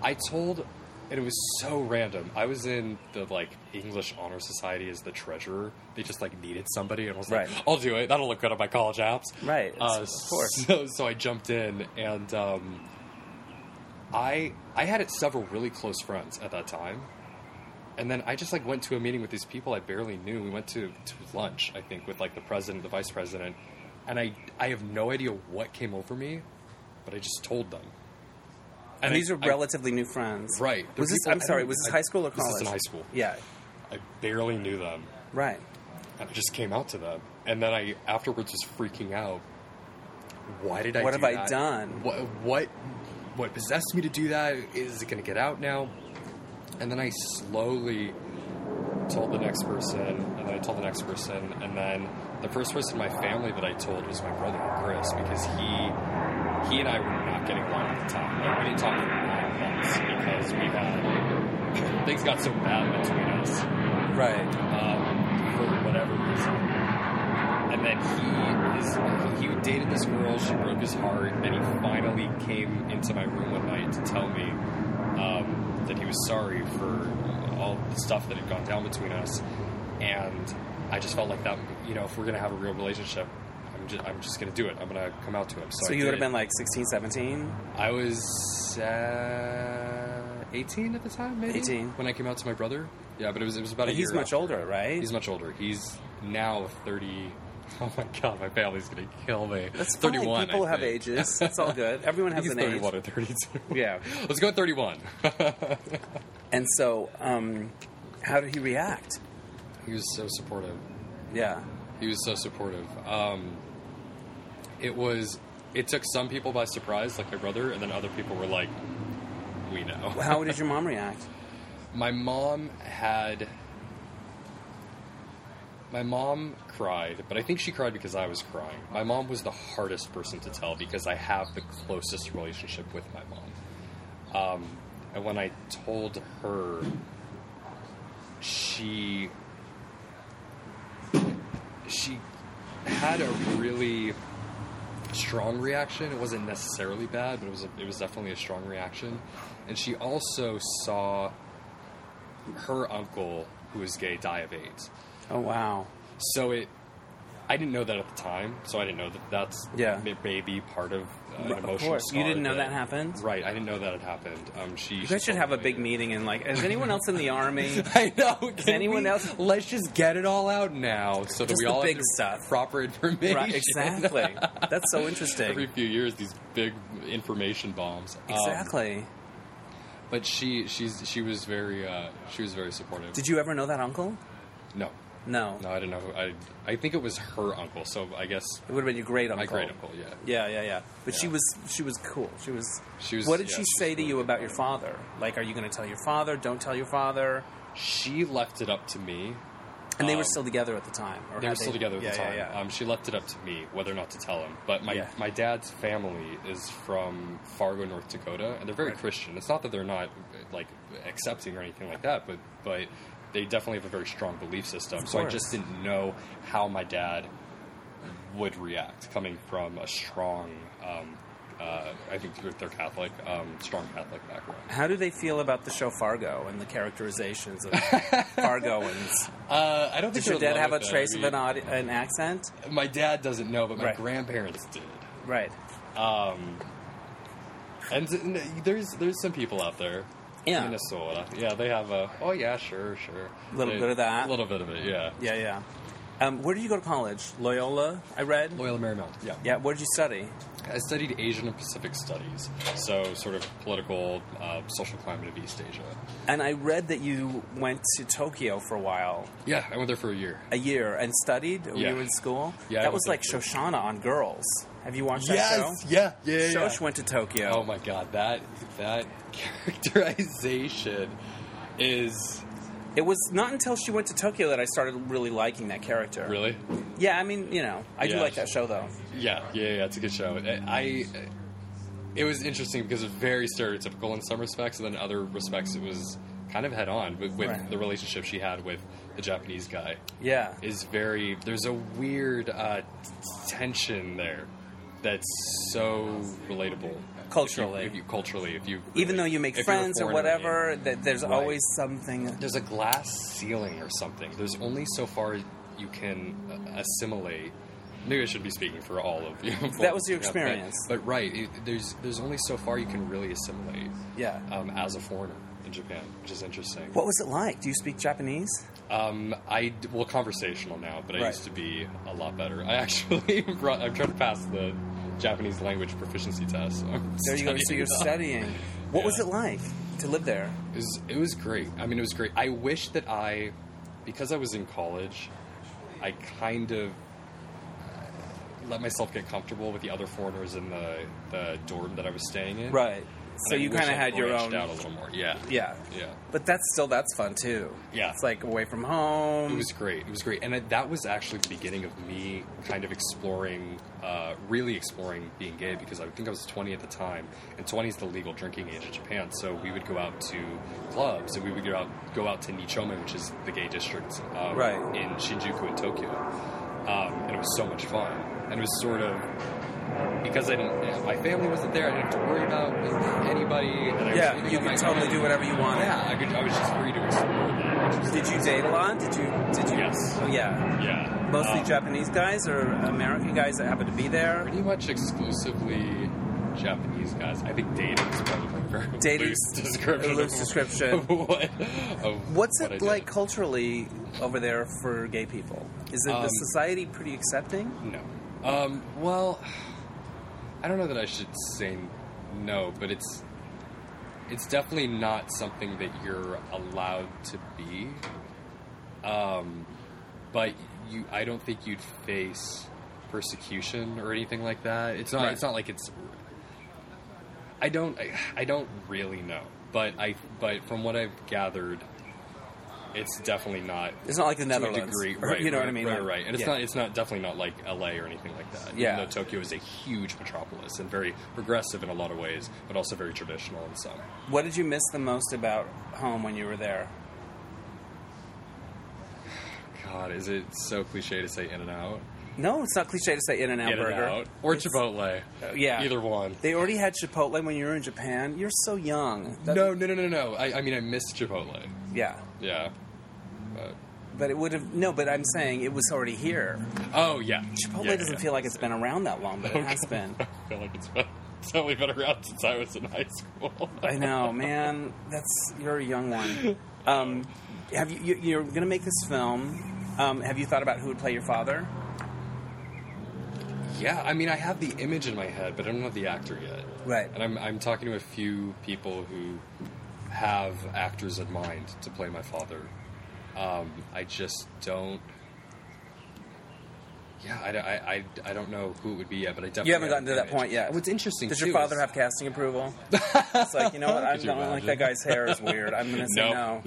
Speaker 2: I told, and it was so random. I was in the like English Honor Society as the treasurer. They just like needed somebody, and I was like,
Speaker 1: Right.
Speaker 2: "I'll do it. That'll look good on my college apps."
Speaker 1: Right,
Speaker 2: Uh,
Speaker 1: of course.
Speaker 2: So, so I jumped in, and um, I I had it several really close friends at that time. And then I just like went to a meeting with these people I barely knew. We went to, to lunch, I think, with like the president, the vice president, and I I have no idea what came over me, but I just told them, And
Speaker 1: these
Speaker 2: I-
Speaker 1: are
Speaker 2: I-
Speaker 1: relatively new friends,
Speaker 2: Right. They're
Speaker 1: Was this?
Speaker 2: people-
Speaker 1: I'm
Speaker 2: I
Speaker 1: sorry.
Speaker 2: don't-
Speaker 1: Was this
Speaker 2: I-
Speaker 1: high school or
Speaker 2: this
Speaker 1: college?
Speaker 2: is in high school.
Speaker 1: Yeah.
Speaker 2: I barely knew them,
Speaker 1: Right.
Speaker 2: and I just came out to them. And then I afterwards was freaking out. Why did I?
Speaker 1: What
Speaker 2: do
Speaker 1: have I
Speaker 2: that?
Speaker 1: done?
Speaker 2: What what what possessed me to do that? Is it going to get out now? And then I slowly told the next person, and then I told the next person, and then the first person in my family that I told was my brother Chris because he he and I were not getting along at the time. Like, we didn't talk for nine months because we had things got so bad between us
Speaker 1: Right.
Speaker 2: um, for whatever reason. And then he is he dated this girl. She broke his heart, and he finally came into my room one night to tell me um, that he was sorry for all the stuff that had gone down between us. And I just felt like that. You know, if we're gonna have a real relationship, I'm just I'm just gonna do it. I'm gonna come out to him. So,
Speaker 1: So
Speaker 2: I
Speaker 1: you would have
Speaker 2: did.
Speaker 1: been like 16, 17.
Speaker 2: I was uh, 18 at the time, maybe
Speaker 1: 18.
Speaker 2: when I came out to my brother. Yeah, but it was it was about
Speaker 1: But
Speaker 2: a year.
Speaker 1: he's much
Speaker 2: after.
Speaker 1: older, right?
Speaker 2: He's much older. He's now 30. Oh my god, my family's gonna kill me.
Speaker 1: That's fine.
Speaker 2: 31. I
Speaker 1: People have
Speaker 2: think.
Speaker 1: ages. It's all good. Everyone has
Speaker 2: He's
Speaker 1: an age.
Speaker 2: 31 or 32.
Speaker 1: Yeah.
Speaker 2: Let's go with 31.
Speaker 1: And so, um, how did he react?
Speaker 2: he was so supportive.
Speaker 1: Yeah.
Speaker 2: He was so supportive. Um, it was. It took some people by surprise, like my brother, and then other people were like, "We know."
Speaker 1: How did your mom react?
Speaker 2: my mom had my mom cried but i think she cried because i was crying my mom was the hardest person to tell because i have the closest relationship with my mom um, and when i told her she she had a really strong reaction. It wasn't necessarily bad, but it was a, it was definitely a strong reaction. And she also saw her uncle, who was gay, die of AIDS.
Speaker 1: Oh wow.
Speaker 2: So it, I didn't know that at the time. So I didn't know that that's
Speaker 1: Yeah.
Speaker 2: it may be part of uh, an
Speaker 1: Of
Speaker 2: emotional.
Speaker 1: course. You
Speaker 2: scar
Speaker 1: didn't know that happened?
Speaker 2: Right, I didn't know that had happened. Um, she.
Speaker 1: You guys should have a big meeting and like, is anyone else in the army?
Speaker 2: I know. Can
Speaker 1: anyone
Speaker 2: we-
Speaker 1: else-
Speaker 2: Let's just get it all out now, so that
Speaker 1: Just
Speaker 2: we
Speaker 1: the
Speaker 2: all
Speaker 1: big
Speaker 2: have the
Speaker 1: stuff.
Speaker 2: proper information.
Speaker 1: Right, exactly. That's so interesting.
Speaker 2: Every um, few years, these big information bombs. Um,
Speaker 1: exactly.
Speaker 2: but she she's she was very uh, she was very supportive.
Speaker 1: Did you ever know that uncle?
Speaker 2: no,
Speaker 1: No.
Speaker 2: no, I don't know. who- I I think it was her uncle. So I guess
Speaker 1: It would have been your great uncle.
Speaker 2: my great uncle. Yeah,
Speaker 1: Yeah, yeah, yeah. But she
Speaker 2: Yeah.
Speaker 1: was she was cool. She was.
Speaker 2: She was-
Speaker 1: What did
Speaker 2: yeah,
Speaker 1: she
Speaker 2: she's
Speaker 1: say to
Speaker 2: really
Speaker 1: you
Speaker 2: good.
Speaker 1: about your father? Like, are you going to tell your father? Don't tell your father.
Speaker 2: she left it up to me.
Speaker 1: And they were
Speaker 2: Um,
Speaker 1: still together at the time. Or
Speaker 2: They
Speaker 1: had
Speaker 2: were still together at
Speaker 1: yeah,
Speaker 2: the time.
Speaker 1: Yeah, yeah.
Speaker 2: Um, she left it up to me whether or not to tell him. But my
Speaker 1: Yeah.
Speaker 2: my dad's family is from Fargo, North Dakota, and they're very
Speaker 1: Right.
Speaker 2: Christian. It's not that they're not like accepting or anything like that, but but they definitely have a very strong belief system.
Speaker 1: Of
Speaker 2: So I
Speaker 1: course.
Speaker 2: just didn't know how my dad would react coming from a strong. Um, uh, I think they're- they're Catholic, um, strong Catholic background.
Speaker 1: How do they feel about the show Fargo and the characterizations of Fargoans?
Speaker 2: Uh, I don't think
Speaker 1: Does your
Speaker 2: they're in
Speaker 1: dad
Speaker 2: love
Speaker 1: have a
Speaker 2: with it.
Speaker 1: trace
Speaker 2: I
Speaker 1: of
Speaker 2: mean,
Speaker 1: an, odd, an accent?
Speaker 2: uh, My dad doesn't know, but my
Speaker 1: Right.
Speaker 2: grandparents did.
Speaker 1: Right.
Speaker 2: Um, and th- n- there's there's some people out there.
Speaker 1: Yeah.
Speaker 2: Minnesota. Yeah, they have a. Oh yeah, sure, sure.
Speaker 1: Little
Speaker 2: They-
Speaker 1: bit of that.
Speaker 2: A little bit of it, yeah.
Speaker 1: Yeah, yeah. Um, where did you go to college? Loyola, I read.
Speaker 2: Loyola Marymount. Yeah.
Speaker 1: Yeah. Where did you study?
Speaker 2: I studied Asian and Pacific Studies, so sort of political, uh, social climate of East Asia.
Speaker 1: And I read that you went to Tokyo for a while,
Speaker 2: Yeah, I went there for a year.
Speaker 1: a year, and studied when
Speaker 2: Yeah.
Speaker 1: you were in school.
Speaker 2: Yeah, I
Speaker 1: That
Speaker 2: went
Speaker 1: was
Speaker 2: there
Speaker 1: like
Speaker 2: too.
Speaker 1: Shoshana on Girls. Have you watched that show?
Speaker 2: Yeah. Yeah. yeah,
Speaker 1: Shosh
Speaker 2: yeah.
Speaker 1: went to Tokyo.
Speaker 2: Oh my god, that that characterization is
Speaker 1: It was not until she went to Tokyo that I started really liking that character.
Speaker 2: really.
Speaker 1: Yeah, I mean, you know, I do
Speaker 2: Yeah.
Speaker 1: like that show though.
Speaker 2: Yeah, yeah, yeah. It's a good show. Uh, I, I- it was interesting because it was very stereotypical in some respects, and then in other respects it was kind of head on with, with
Speaker 1: Right.
Speaker 2: the relationship she had with the Japanese guy.
Speaker 1: Yeah.
Speaker 2: Is very there's a weird uh, t- tension there that's so relatable
Speaker 1: Culturally.
Speaker 2: If you, if you- culturally, if you
Speaker 1: Even though you make
Speaker 2: if you're a
Speaker 1: friends or
Speaker 2: foreigner,
Speaker 1: whatever, that there's
Speaker 2: Right.
Speaker 1: always something.
Speaker 2: there's a glass ceiling or something. There's only so far you can uh, assimilate. Maybe I should be speaking for all of you.
Speaker 1: That was your
Speaker 2: Yeah, but-
Speaker 1: experience.
Speaker 2: but, right, it, there's there's only so far you can really assimilate
Speaker 1: Yeah.
Speaker 2: um, as a foreigner in Japan, which is interesting.
Speaker 1: What was it like? Do you speak Japanese?
Speaker 2: Um, I d- well conversational now, but I
Speaker 1: Right.
Speaker 2: used to be a lot better. I actually brought, I'm trying to pass the Japanese language proficiency test. so I'm
Speaker 1: There you go. So
Speaker 2: studying
Speaker 1: you're
Speaker 2: that.
Speaker 1: studying. What was
Speaker 2: Yeah.
Speaker 1: it like to live there?
Speaker 2: It was, it was great. I mean, it was great. I wish that I, because I was in college, I kind of uh, let myself get comfortable with the other foreigners in the, the dorm that I was staying in.
Speaker 1: Right. So
Speaker 2: And I
Speaker 1: you
Speaker 2: wish
Speaker 1: kind of
Speaker 2: I
Speaker 1: had your own.
Speaker 2: branched out a little more. Yeah.
Speaker 1: Yeah.
Speaker 2: Yeah.
Speaker 1: But that's still that's fun too.
Speaker 2: Yeah.
Speaker 1: It's like away from home.
Speaker 2: It was great. It was great, and it, that was actually the beginning of me kind of exploring, uh, really exploring being gay because I think I was 20 at the time, and 20 is the legal drinking age in Japan. So we would go out to clubs, and we would go out go out to Nichome, which is the gay district um,
Speaker 1: Right.
Speaker 2: in Shinjuku and Tokyo, um, and it was so much fun. And it was sort of because I didn't, my family wasn't there, I didn't have to worry about anybody. And I was
Speaker 1: yeah.
Speaker 2: living
Speaker 1: You
Speaker 2: on
Speaker 1: could
Speaker 2: my
Speaker 1: totally
Speaker 2: own.
Speaker 1: do whatever you wanted.
Speaker 2: Yeah, I, could, I was just free to explore that. which was-
Speaker 1: Did you date a lot? Did you? Did you?
Speaker 2: Yes.
Speaker 1: Oh, yeah.
Speaker 2: Yeah,
Speaker 1: Mostly
Speaker 2: Um,
Speaker 1: Japanese guys or American guys that happen to be there.
Speaker 2: pretty much exclusively Japanese guys. I think dating is probably a very
Speaker 1: Dating-
Speaker 2: loose description.
Speaker 1: a loose
Speaker 2: of-
Speaker 1: description.
Speaker 2: Of what, of
Speaker 1: What's
Speaker 2: what I
Speaker 1: it
Speaker 2: did.
Speaker 1: like culturally over there for gay people? Is it the
Speaker 2: Um,
Speaker 1: society pretty accepting?
Speaker 2: No. Um, well, I don't know that I should say no, but it's it's definitely not something that you're allowed to be. Um, but you, I don't think you'd face persecution or anything like that. It's not.
Speaker 1: Right.
Speaker 2: It's not like it's. I don't. I, I don't really know, but I. But from what I've gathered, it's definitely not
Speaker 1: It's not like the
Speaker 2: to a
Speaker 1: Netherlands.
Speaker 2: degree,
Speaker 1: or-
Speaker 2: right?
Speaker 1: you know
Speaker 2: right,
Speaker 1: what I mean?
Speaker 2: Right,
Speaker 1: Like,
Speaker 2: right. And it's
Speaker 1: yeah.
Speaker 2: not. It's not definitely not like L.A. or anything like that.
Speaker 1: Yeah.
Speaker 2: Even though Tokyo is a huge metropolis and very progressive in a lot of ways, but also very traditional in some.
Speaker 1: What did you miss the most about home when you were there?
Speaker 2: God, is it so cliche to say In and Out,
Speaker 1: No, it's not cliche to say In and Out
Speaker 2: In and
Speaker 1: Burger.
Speaker 2: Out, or
Speaker 1: It's-
Speaker 2: Chipotle?
Speaker 1: yeah.
Speaker 2: either one.
Speaker 1: They already had Chipotle when you were in Japan. You're so young. That-
Speaker 2: No, no, no, no, no. I, I mean, I miss Chipotle.
Speaker 1: Yeah.
Speaker 2: Yeah. But,
Speaker 1: But it would have no. But I'm saying it was already here.
Speaker 2: oh yeah.
Speaker 1: Chipotle
Speaker 2: Yeah,
Speaker 1: doesn't
Speaker 2: yeah.
Speaker 1: feel like it's been around that long, but it has been.
Speaker 2: I feel like it's been. It's only been around since I was in high school.
Speaker 1: I know, man. That's you're a young one. Um, have you, you? You're gonna make this film. Um, have you thought about who would play your father?
Speaker 2: Yeah, I mean, I have the image in my head, but I don't know the actor yet.
Speaker 1: Right.
Speaker 2: And I'm, I'm talking to a few people who have actors in mind to play my father. Um, I just don't. Yeah, I, don't- I, I, I don't know who it would be yet, but I definitely.
Speaker 1: You haven't
Speaker 2: have
Speaker 1: gotten to
Speaker 2: the
Speaker 1: that
Speaker 2: image.
Speaker 1: point yet.
Speaker 2: What's interesting
Speaker 1: Does
Speaker 2: too
Speaker 1: your father
Speaker 2: is-
Speaker 1: have casting approval? it's like you know what? I
Speaker 2: Could you
Speaker 1: don't like that
Speaker 2: imagine?
Speaker 1: guy's hair is weird. I'm gonna say no.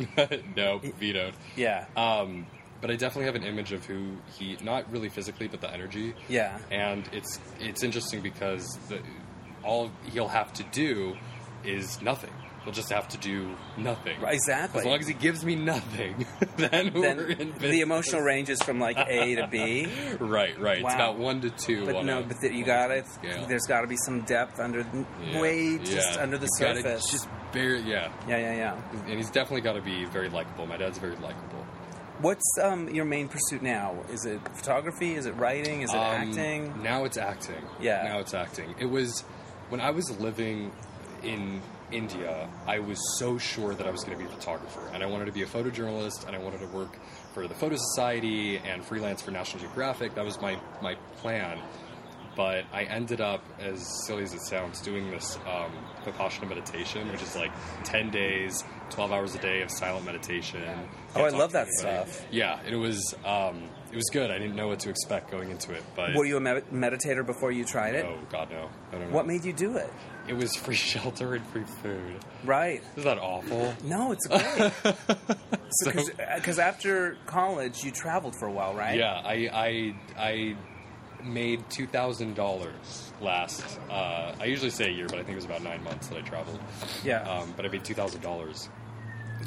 Speaker 2: no, vetoed.
Speaker 1: Yeah.
Speaker 2: Um, but I definitely have an image of who he, not really physically, but the energy.
Speaker 1: Yeah.
Speaker 2: And it's it's interesting because the, all he'll have to do is nothing. He'll just have to do nothing.
Speaker 1: Right, exactly.
Speaker 2: As long as he gives me nothing, then, we're in
Speaker 1: Then the
Speaker 2: business.
Speaker 1: emotional range is from like A to B.
Speaker 2: Right, right.
Speaker 1: Wow.
Speaker 2: It's about one to two.
Speaker 1: But
Speaker 2: on
Speaker 1: no,
Speaker 2: a-
Speaker 1: but th- you
Speaker 2: on a
Speaker 1: got it.
Speaker 2: scale.
Speaker 1: There's got to be some depth under,
Speaker 2: Yeah,
Speaker 1: way
Speaker 2: yeah.
Speaker 1: just under the
Speaker 2: You gotta
Speaker 1: surface.
Speaker 2: Just barely, yeah.
Speaker 1: yeah, yeah, yeah.
Speaker 2: And he's definitely got to be very likable. My dad's very likable.
Speaker 1: What's um, your main pursuit now? Is it photography? Is it writing? Is it
Speaker 2: Um,
Speaker 1: acting?
Speaker 2: Now it's acting.
Speaker 1: Yeah.
Speaker 2: Now it's acting. It was when I was living in India, I was so sure that I was going to be a photographer and I wanted to be a photojournalist and I wanted to work for the Photo Society and freelance for National Geographic. That was my, my plan. But I ended up, as silly as it sounds, doing this um, Vipassana meditation, which is like 10 days, 12 hours a day of silent meditation.
Speaker 1: Oh, I
Speaker 2: Can't
Speaker 1: love
Speaker 2: talk
Speaker 1: that
Speaker 2: to anybody.
Speaker 1: stuff.
Speaker 2: Yeah, it was um, it was good. I didn't know what to expect going into it, but
Speaker 1: Were you a med- meditator before you tried it?
Speaker 2: oh god, no. No, no, no.
Speaker 1: What made you do it?
Speaker 2: it was free shelter and free food.
Speaker 1: Right.
Speaker 2: Is that awful?
Speaker 1: No, it's great. Because uh, after college, you traveled for a while, right?
Speaker 2: Yeah, I I I made two thousand dollars last. Uh, I usually say a year, but I think it was about nine months that I traveled.
Speaker 1: Yeah.
Speaker 2: Um, but I made two thousand dollars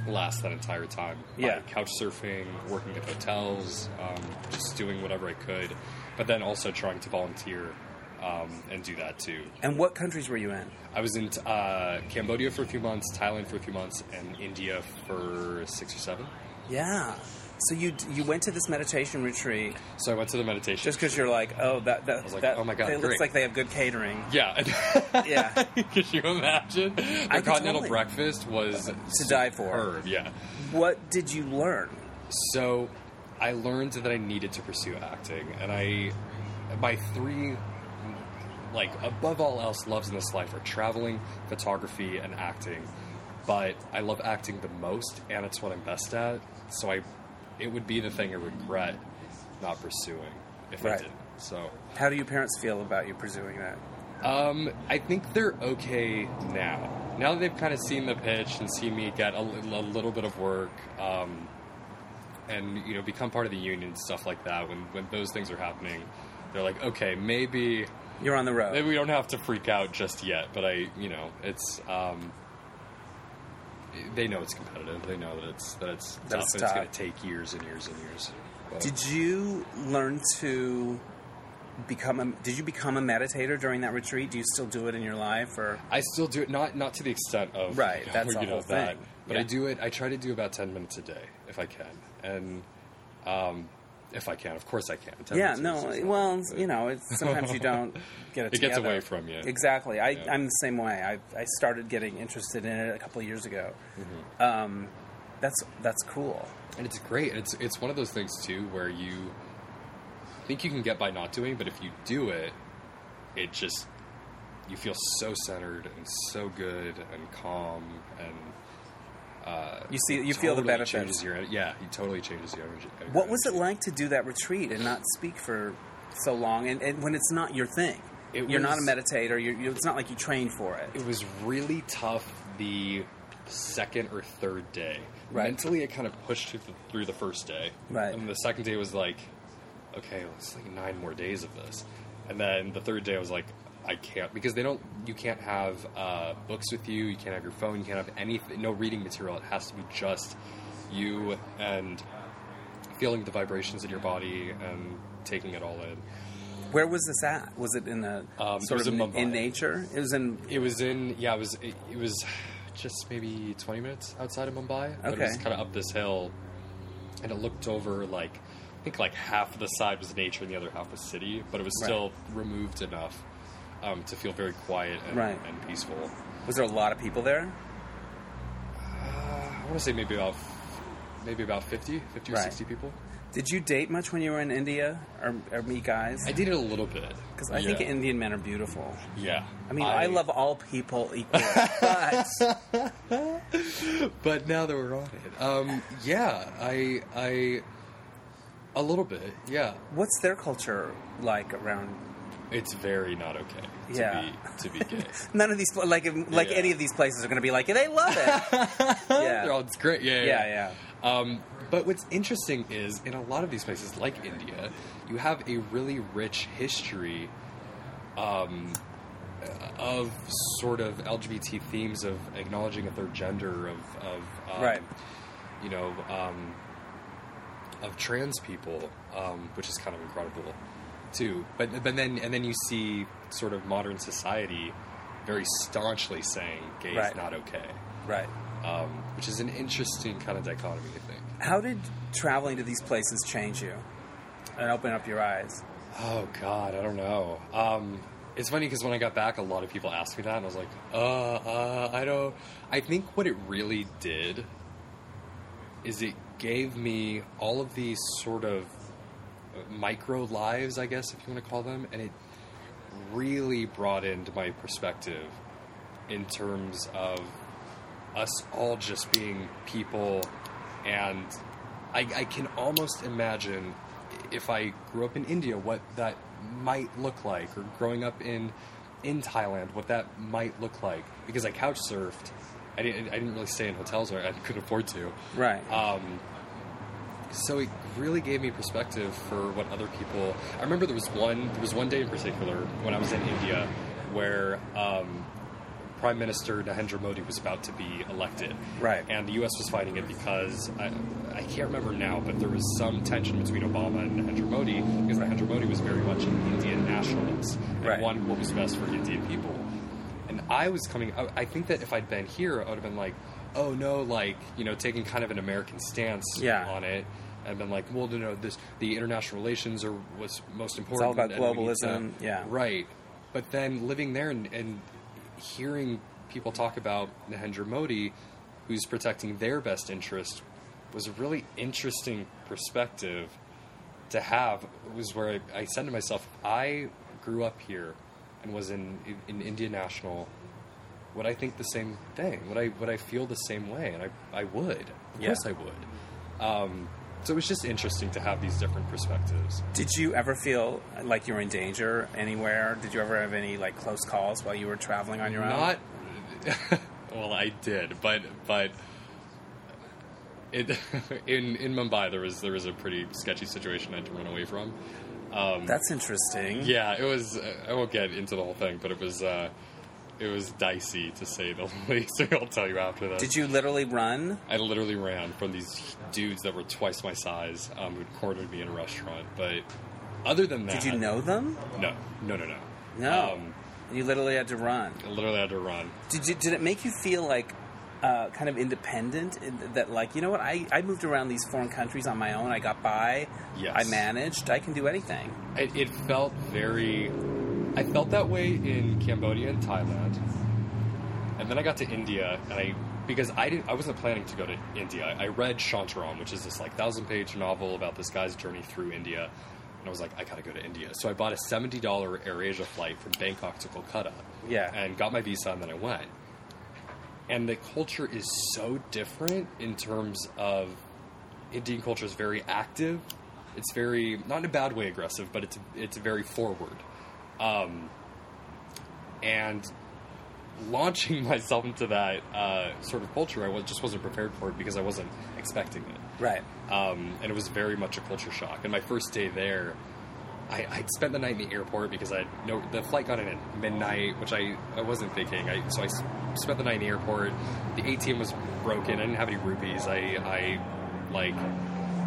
Speaker 2: last that entire time. by
Speaker 1: Yeah.
Speaker 2: couch surfing, working at hotels, um, just doing whatever I could, but then also trying to volunteer um, and do that too.
Speaker 1: And what countries were you in?
Speaker 2: I was in uh, Cambodia for a few months, Thailand for a few months, and India for six or seven.
Speaker 1: Yeah. So you you went to this meditation retreat
Speaker 2: So I went to the meditation.
Speaker 1: just because you're like, oh, that that,
Speaker 2: was like,
Speaker 1: that
Speaker 2: oh my God,
Speaker 1: it looks
Speaker 2: great.
Speaker 1: like they have good catering.
Speaker 2: yeah.
Speaker 1: Yeah.
Speaker 2: Could you imagine?
Speaker 1: I
Speaker 2: The
Speaker 1: could
Speaker 2: continental
Speaker 1: totally.
Speaker 2: breakfast was to
Speaker 1: die for.
Speaker 2: Yeah.
Speaker 1: what did you learn?
Speaker 2: So I learned that I needed to pursue acting, and I my three like above all else loves in this life are traveling, photography, and acting. But I love acting the most, and it's what I'm best at. So I, it would be the thing I regret not pursuing if I
Speaker 1: Right.
Speaker 2: didn't. So
Speaker 1: How do your parents feel about you pursuing that?
Speaker 2: um, I think they're okay now. Now that they've kind of seen the pitch and seen me get a, li- a little bit of work, um, and you know, become part of the union and stuff like that. When when those things are happening, they're like, okay, maybe
Speaker 1: You're on the road.
Speaker 2: maybe we don't have to freak out just yet. But I, you know, it's um, they know it's competitive. They know that it's that it's
Speaker 1: That
Speaker 2: tough.
Speaker 1: it's
Speaker 2: and it's going
Speaker 1: tough.
Speaker 2: to take years and years and years. But-
Speaker 1: Did you learn to become a did you become a meditator during that retreat? Do you still do it in your life or
Speaker 2: I still do it, not not to the extent of
Speaker 1: Right, that's
Speaker 2: you
Speaker 1: the
Speaker 2: know,
Speaker 1: whole
Speaker 2: that,
Speaker 1: thing.
Speaker 2: but I
Speaker 1: Yeah.
Speaker 2: do it. I try to do about ten minutes a day if I can, and um, if I can, of course I can. 10
Speaker 1: Yeah,
Speaker 2: minutes
Speaker 1: no.
Speaker 2: is- is not-
Speaker 1: Well, you know, it's, sometimes you don't get it
Speaker 2: It gets
Speaker 1: together.
Speaker 2: away from you.
Speaker 1: Exactly. I,
Speaker 2: Yeah.
Speaker 1: I'm the same way. I, I started getting interested in it a couple of years ago.
Speaker 2: Mm-hmm.
Speaker 1: Um, that's that's cool.
Speaker 2: and it's great. And it's it's one of those things too where you think you can get by not doing, but if you do it, it just you feel so centered and so good and calm and
Speaker 1: You see, you feel the
Speaker 2: totally
Speaker 1: benefits.
Speaker 2: Changes your, yeah, it totally changes your energy.
Speaker 1: What was it
Speaker 2: energy.
Speaker 1: like to do that retreat and not speak for so long, and, and when it's not your thing?
Speaker 2: It
Speaker 1: you're not a
Speaker 2: was-
Speaker 1: meditator. You're, you it's not like you trained for it.
Speaker 2: it was really tough the second or third day.
Speaker 1: Right.
Speaker 2: Mentally, it kind of pushed through the, through the first day.
Speaker 1: Right.
Speaker 2: And the second day was like, okay, it's like nine more days of this. And then the third day, I was like, I can't because they don't. You can't have uh, books with you. You can't have your phone. You can't have any no reading material. It has to be just you and feeling the vibrations in your body and taking it all in.
Speaker 1: Where was this at? Was it in a
Speaker 2: Um, it
Speaker 1: sort
Speaker 2: was
Speaker 1: of
Speaker 2: in
Speaker 1: in,
Speaker 2: Mumbai.
Speaker 1: nature? It was in
Speaker 2: It was in yeah, it was it, it was just maybe 20 minutes outside of Mumbai. But it was
Speaker 1: Okay.
Speaker 2: kind of up this hill and it looked over like I think like half of the side was nature and the other half was city, but it was
Speaker 1: Right.
Speaker 2: still removed enough um, to feel very quiet and,
Speaker 1: Right.
Speaker 2: and peaceful. Uh,
Speaker 1: was there a lot of people there?
Speaker 2: I want to say maybe about maybe about 50, 50 or
Speaker 1: Right.
Speaker 2: 60 people.
Speaker 1: Did you date much when you were in India or, or me guys?
Speaker 2: I did it a little bit
Speaker 1: Because I think
Speaker 2: Yeah.
Speaker 1: Indian men are beautiful.
Speaker 2: yeah.
Speaker 1: I mean, I, love all people equally, but
Speaker 2: but now that we're on it, um, yeah, I, I, a little bit, yeah.
Speaker 1: what's their culture like around?
Speaker 2: It's very not okay to
Speaker 1: Yeah.
Speaker 2: be to be gay.
Speaker 1: None of these, pla- like, like
Speaker 2: Yeah.
Speaker 1: any of these places are going to be like, they love it. yeah.
Speaker 2: They're all Oh, it's great. Yeah,
Speaker 1: yeah, yeah.
Speaker 2: Um, but what's interesting is in a lot of these places, like India, you have a really rich history um, of sort of LGBT themes of acknowledging a third gender of, of um,
Speaker 1: Right.
Speaker 2: you know, um, of trans people, um, which is kind of incredible too. But but then and then you see sort of modern society very staunchly saying gay is
Speaker 1: Right.
Speaker 2: not okay
Speaker 1: Right.
Speaker 2: um, which is an interesting kind of dichotomy, I think.
Speaker 1: How did traveling to these places change you and open up your eyes?
Speaker 2: Oh God, I don't know. Um, it's funny because when I got back, a lot of people asked me that, and I was like, uh, uh, I don't. I think what it really did is it gave me all of these sort of micro lives, I guess, if you want to call them, and it really broadened my perspective in terms of us all just being people and I, I can almost imagine if I grew up in India what that might look like or growing up in in Thailand what that might look like because I couch surfed I didn't, I didn't really stay in hotels or I couldn't afford to
Speaker 1: Right.
Speaker 2: um, so it really gave me perspective for what other people. I remember there was one there was one day in particular when I was in India where um, Prime Minister Narendra Modi was about to be elected,
Speaker 1: Right.
Speaker 2: And the U.S. was fighting it because I, I can't remember now, but there was some tension between Obama and Narendra Modi because Narendra Modi was very much an Indian nationalist and
Speaker 1: Right.
Speaker 2: wanted what was best for Indian people. And I was coming. I I think that if I'd been here, I would have been like, "Oh no!" Like you know, taking kind of an American stance
Speaker 1: Yeah.
Speaker 2: on it, and been like, "Well, no, no, this the international relations are what's most important."
Speaker 1: all about
Speaker 2: and we need to-
Speaker 1: globalism, yeah.
Speaker 2: right. But then living there and, and hearing people talk about Narendra Modi, who's protecting their best interest, was a really interesting perspective to have was where I, I said to myself, I grew up here and was in in Indian National, would I think the same thing? Would I would I feel the same way? And I I would. Of
Speaker 1: Yeah.
Speaker 2: course I would. Um, so it was just interesting to have these different perspectives.
Speaker 1: Did you ever feel like you were in danger anywhere? Did you ever have any like close calls while you were traveling on your own?
Speaker 2: Not well, I did, but but it, in in Mumbai there was there was a pretty sketchy situation I had to run away from. Um,
Speaker 1: That's interesting.
Speaker 2: yeah, it was. I won't get into the whole thing, but it was uh, it was dicey to say the least. I'll tell you after that.
Speaker 1: Did you literally run?
Speaker 2: I literally ran from these dudes that were twice my size um, who cornered me in a restaurant. But other than that,
Speaker 1: Did you know them?
Speaker 2: No, no, no, no.
Speaker 1: No.
Speaker 2: Um,
Speaker 1: you literally had to run.
Speaker 2: I literally had to run.
Speaker 1: Did you, did it make you feel like uh, kind of independent? In th- that like you know what I, I moved around these foreign countries on my own. I got by.
Speaker 2: Yes.
Speaker 1: I managed. I can do anything.
Speaker 2: It, it felt very. I felt that way in Cambodia and Thailand, and then I got to India, and I because I didn't. I wasn't planning to go to India. I read Shantaram, which is this like thousand page novel about this guy's journey through India, and I was like, I gotta go to India. So I bought a seventy dollar AirAsia flight from Bangkok to Kolkata.
Speaker 1: Yeah.
Speaker 2: and got my visa, and then I went. And the culture is so different in terms of Indian culture is very active. It's very not in a bad way aggressive, but it's it's very forward. Um, and launching myself into that uh, sort of culture, I was, just wasn't prepared for it because I wasn't expecting it,
Speaker 1: Right.
Speaker 2: um, and it was very much a culture shock. And my first day there, I, I'd spent the night in the airport because I no the flight got in at midnight, which I, I wasn't thinking. I, so I s- spent the night in the airport. The ATM was broken. I didn't have any rupees. I I like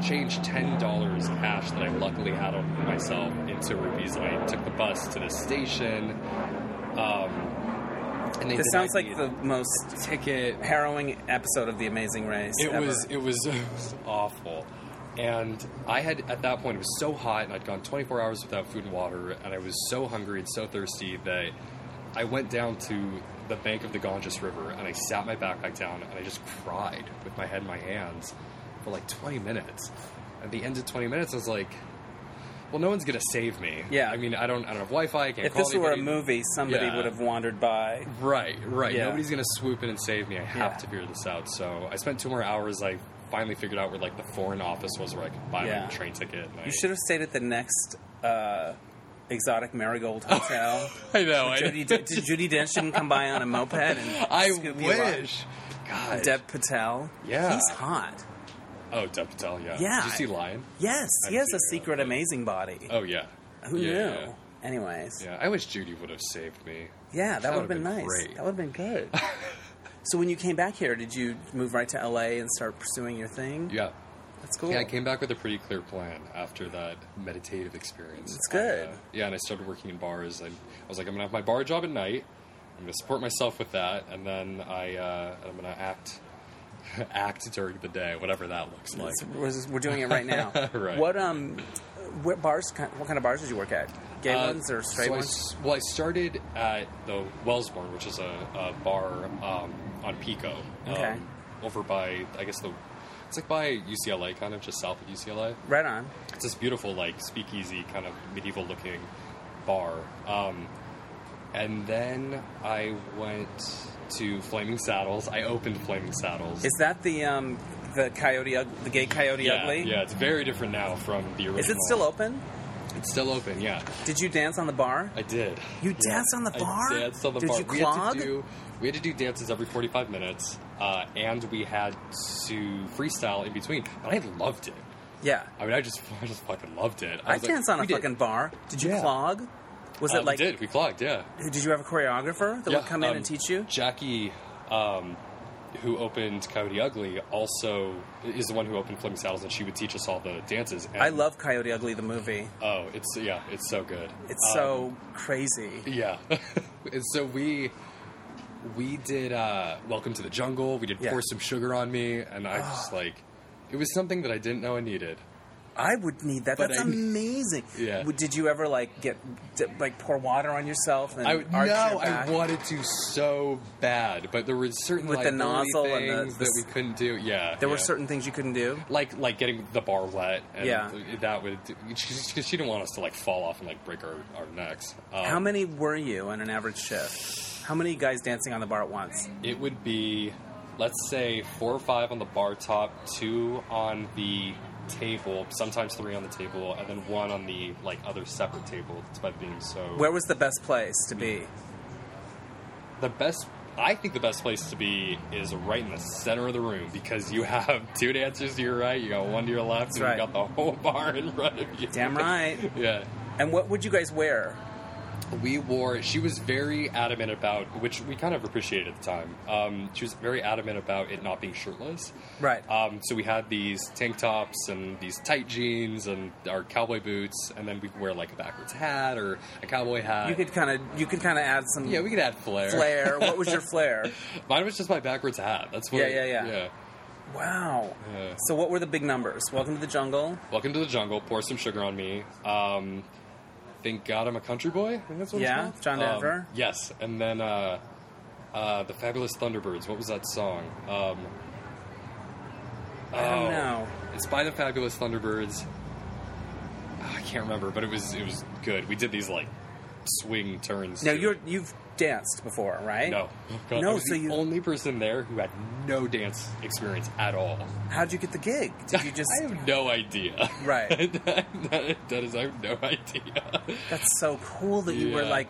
Speaker 2: changed ten dollars cash that I luckily had on myself into rupees, and I took the bus to the station. Um, and they
Speaker 1: This sounds
Speaker 2: denied
Speaker 1: like
Speaker 2: me a
Speaker 1: the most
Speaker 2: ticket.
Speaker 1: harrowing episode of The Amazing Race.
Speaker 2: It
Speaker 1: ever.
Speaker 2: was, it was it was awful, and I had at that point it was so hot, and I'd gone 24 hours without food and water, and I was so hungry and so thirsty that I went down to the bank of the Ganges River, and I sat my backpack down, and I just cried with my head in my hands for like 20 minutes. At the end of 20 minutes, I was like, "Well, no one's gonna save me."
Speaker 1: Yeah.
Speaker 2: I mean, I don't I don't have Wi-Fi. I can't
Speaker 1: If
Speaker 2: call
Speaker 1: this were a
Speaker 2: anybody.
Speaker 1: movie, somebody
Speaker 2: Yeah.
Speaker 1: would have wandered by.
Speaker 2: Right, right.
Speaker 1: Yeah.
Speaker 2: Nobody's gonna swoop in and save me. I have
Speaker 1: Yeah.
Speaker 2: to figure this out. So I spent two more hours. I finally figured out where like the foreign office was, where I could buy
Speaker 1: Yeah.
Speaker 2: my train ticket. And I,
Speaker 1: You should have stayed at the next uh, exotic marigold hotel.
Speaker 2: I know. I,
Speaker 1: Judy, D- Judy Dench didn't come by on a moped. And
Speaker 2: I
Speaker 1: scoop you up.
Speaker 2: wish. God.
Speaker 1: Deb Patel.
Speaker 2: Yeah.
Speaker 1: He's hot.
Speaker 2: oh, Deb Patel. Yeah.
Speaker 1: Yeah.
Speaker 2: Did you see Lion?
Speaker 1: Yes, he
Speaker 2: I'd
Speaker 1: has a
Speaker 2: see her.
Speaker 1: secret amazing body.
Speaker 2: Oh yeah.
Speaker 1: Who
Speaker 2: yeah,
Speaker 1: knew?
Speaker 2: Yeah,
Speaker 1: Anyways, yeah,
Speaker 2: yeah. I wish Judy would have saved me.
Speaker 1: that would have
Speaker 2: would've
Speaker 1: been,
Speaker 2: been
Speaker 1: nice.
Speaker 2: great.
Speaker 1: That would have been good. so when you came back here, did you move right to LA and start pursuing your thing?
Speaker 2: Yeah.
Speaker 1: That's cool.
Speaker 2: Yeah, I came back with a pretty clear plan after that meditative experience.
Speaker 1: That's good.
Speaker 2: I, uh, yeah, and I started working in bars. I, I was like, I'm gonna have my bar job at night. I'm gonna support myself with that, and then I, uh, I'm gonna act, act during the day, whatever that looks like.
Speaker 1: So we're, we're doing it right now.
Speaker 2: Right.
Speaker 1: What um, what bars? ki- What kind of bars did you work at? Gay
Speaker 2: Uh,
Speaker 1: ones or straight
Speaker 2: so I
Speaker 1: ones?
Speaker 2: s- well, I started at the Wellsbourne, which is a, a bar um, on Pico, um,
Speaker 1: Okay.
Speaker 2: over by I guess the it's like by UCLA, kind of just south of UCLA.
Speaker 1: Right on.
Speaker 2: It's this beautiful, like speakeasy kind of medieval looking bar. Um, and then I went to Flaming Saddles. I opened Flaming Saddles.
Speaker 1: Is that the um, the coyote, Ug- the gay coyote
Speaker 2: yeah,
Speaker 1: ugly?
Speaker 2: yeah, it's very different now from the original.
Speaker 1: Is it still open?
Speaker 2: It's still open. Yeah,
Speaker 1: Did you dance on the bar?
Speaker 2: I did.
Speaker 1: You
Speaker 2: Yeah,
Speaker 1: danced on the bar?
Speaker 2: I danced on the
Speaker 1: Did
Speaker 2: bar.
Speaker 1: you
Speaker 2: we had
Speaker 1: clog?
Speaker 2: to do we had to do dances every forty five minutes, uh, and we had to freestyle in between. But I loved it.
Speaker 1: Yeah.
Speaker 2: I mean, I just I just fucking loved it.
Speaker 1: I,
Speaker 2: was like,
Speaker 1: danced on a
Speaker 2: we did-
Speaker 1: fucking bar. Did you
Speaker 2: Yeah.
Speaker 1: clog? Was
Speaker 2: Uh,
Speaker 1: it like?
Speaker 2: we did we clogged? Yeah.
Speaker 1: Did you have a choreographer that would
Speaker 2: Yeah,
Speaker 1: come in
Speaker 2: um,
Speaker 1: and teach you?
Speaker 2: Jackie, um, who opened Coyote Ugly, also is the one who opened Flaming Saddles, and she would teach us all the dances. And,
Speaker 1: I love Coyote Ugly the movie.
Speaker 2: Oh, it's yeah, it's so good.
Speaker 1: It's
Speaker 2: Um,
Speaker 1: so crazy.
Speaker 2: yeah. and so we we did uh, Welcome to the Jungle. We did
Speaker 1: Yeah. Ah.
Speaker 2: Pour Some Sugar on Me, and I was just like, it was something that I didn't know I needed.
Speaker 1: I would need that.
Speaker 2: But
Speaker 1: That's
Speaker 2: I-
Speaker 1: amazing.
Speaker 2: Yeah.
Speaker 1: W- Did you ever like get d- like pour water on yourself and
Speaker 2: I would, no,
Speaker 1: arch your
Speaker 2: I
Speaker 1: back?
Speaker 2: wanted to so bad, but there were certain
Speaker 1: With the
Speaker 2: liability
Speaker 1: nozzle and the-
Speaker 2: things
Speaker 1: the
Speaker 2: that
Speaker 1: s-
Speaker 2: we couldn't do. Yeah,
Speaker 1: There were
Speaker 2: yeah.
Speaker 1: certain things you couldn't do.
Speaker 2: like like getting the bar wet. And
Speaker 1: Yeah.
Speaker 2: that would because she didn't want us to like fall off and like break our, our necks. Um,
Speaker 1: How many were you on an average shift? How many guys dancing on the bar at once?
Speaker 2: It would be, let's say, four or five on the bar top, two on the table, sometimes three on the table, and then one on the like other separate table. Despite being so,
Speaker 1: Where was the best place to be?
Speaker 2: the best. I think the best place to be is right in the center of the room because you have two dancers to your right, you got one to your left, and
Speaker 1: right.
Speaker 2: you got the whole bar in front of you.
Speaker 1: Damn right.
Speaker 2: yeah.
Speaker 1: And what would you guys wear?
Speaker 2: we wore she was very adamant about which we kind of appreciated at the time um, she was very adamant about it not being shirtless
Speaker 1: Right.
Speaker 2: um, so we had these tank tops and these tight jeans and our cowboy boots and then we could wear like a backwards hat or a cowboy hat
Speaker 1: You could kind of you could kind of add some
Speaker 2: yeah we could add flair
Speaker 1: flair. what was your flair?
Speaker 2: mine was just my backwards hat that's what
Speaker 1: Yeah, yeah, yeah.
Speaker 2: yeah
Speaker 1: Wow.
Speaker 2: Yeah.
Speaker 1: So what were the big numbers? Welcome to the jungle.
Speaker 2: welcome to the jungle pour some sugar on me um, thank god i'm a country boy I think that's what it's
Speaker 1: Yeah,
Speaker 2: called.
Speaker 1: John
Speaker 2: Um,
Speaker 1: Denver.
Speaker 2: yes and then uh, uh, the fabulous thunderbirds what was that song um,
Speaker 1: I don't
Speaker 2: Oh.
Speaker 1: know.
Speaker 2: It's by the Fabulous Thunderbirds. Ah, I can't remember, but it was it was good. We did these like swing turns.
Speaker 1: Now
Speaker 2: too.
Speaker 1: you're you've danced before, right?
Speaker 2: no, God,
Speaker 1: No,
Speaker 2: I was
Speaker 1: so
Speaker 2: the
Speaker 1: you-
Speaker 2: only person there who had no dance experience at all.
Speaker 1: How'd you get the gig? Did you just
Speaker 2: I have no idea.
Speaker 1: Right.
Speaker 2: that, that is, I have no idea.
Speaker 1: That's so cool that you were
Speaker 2: Yeah.
Speaker 1: like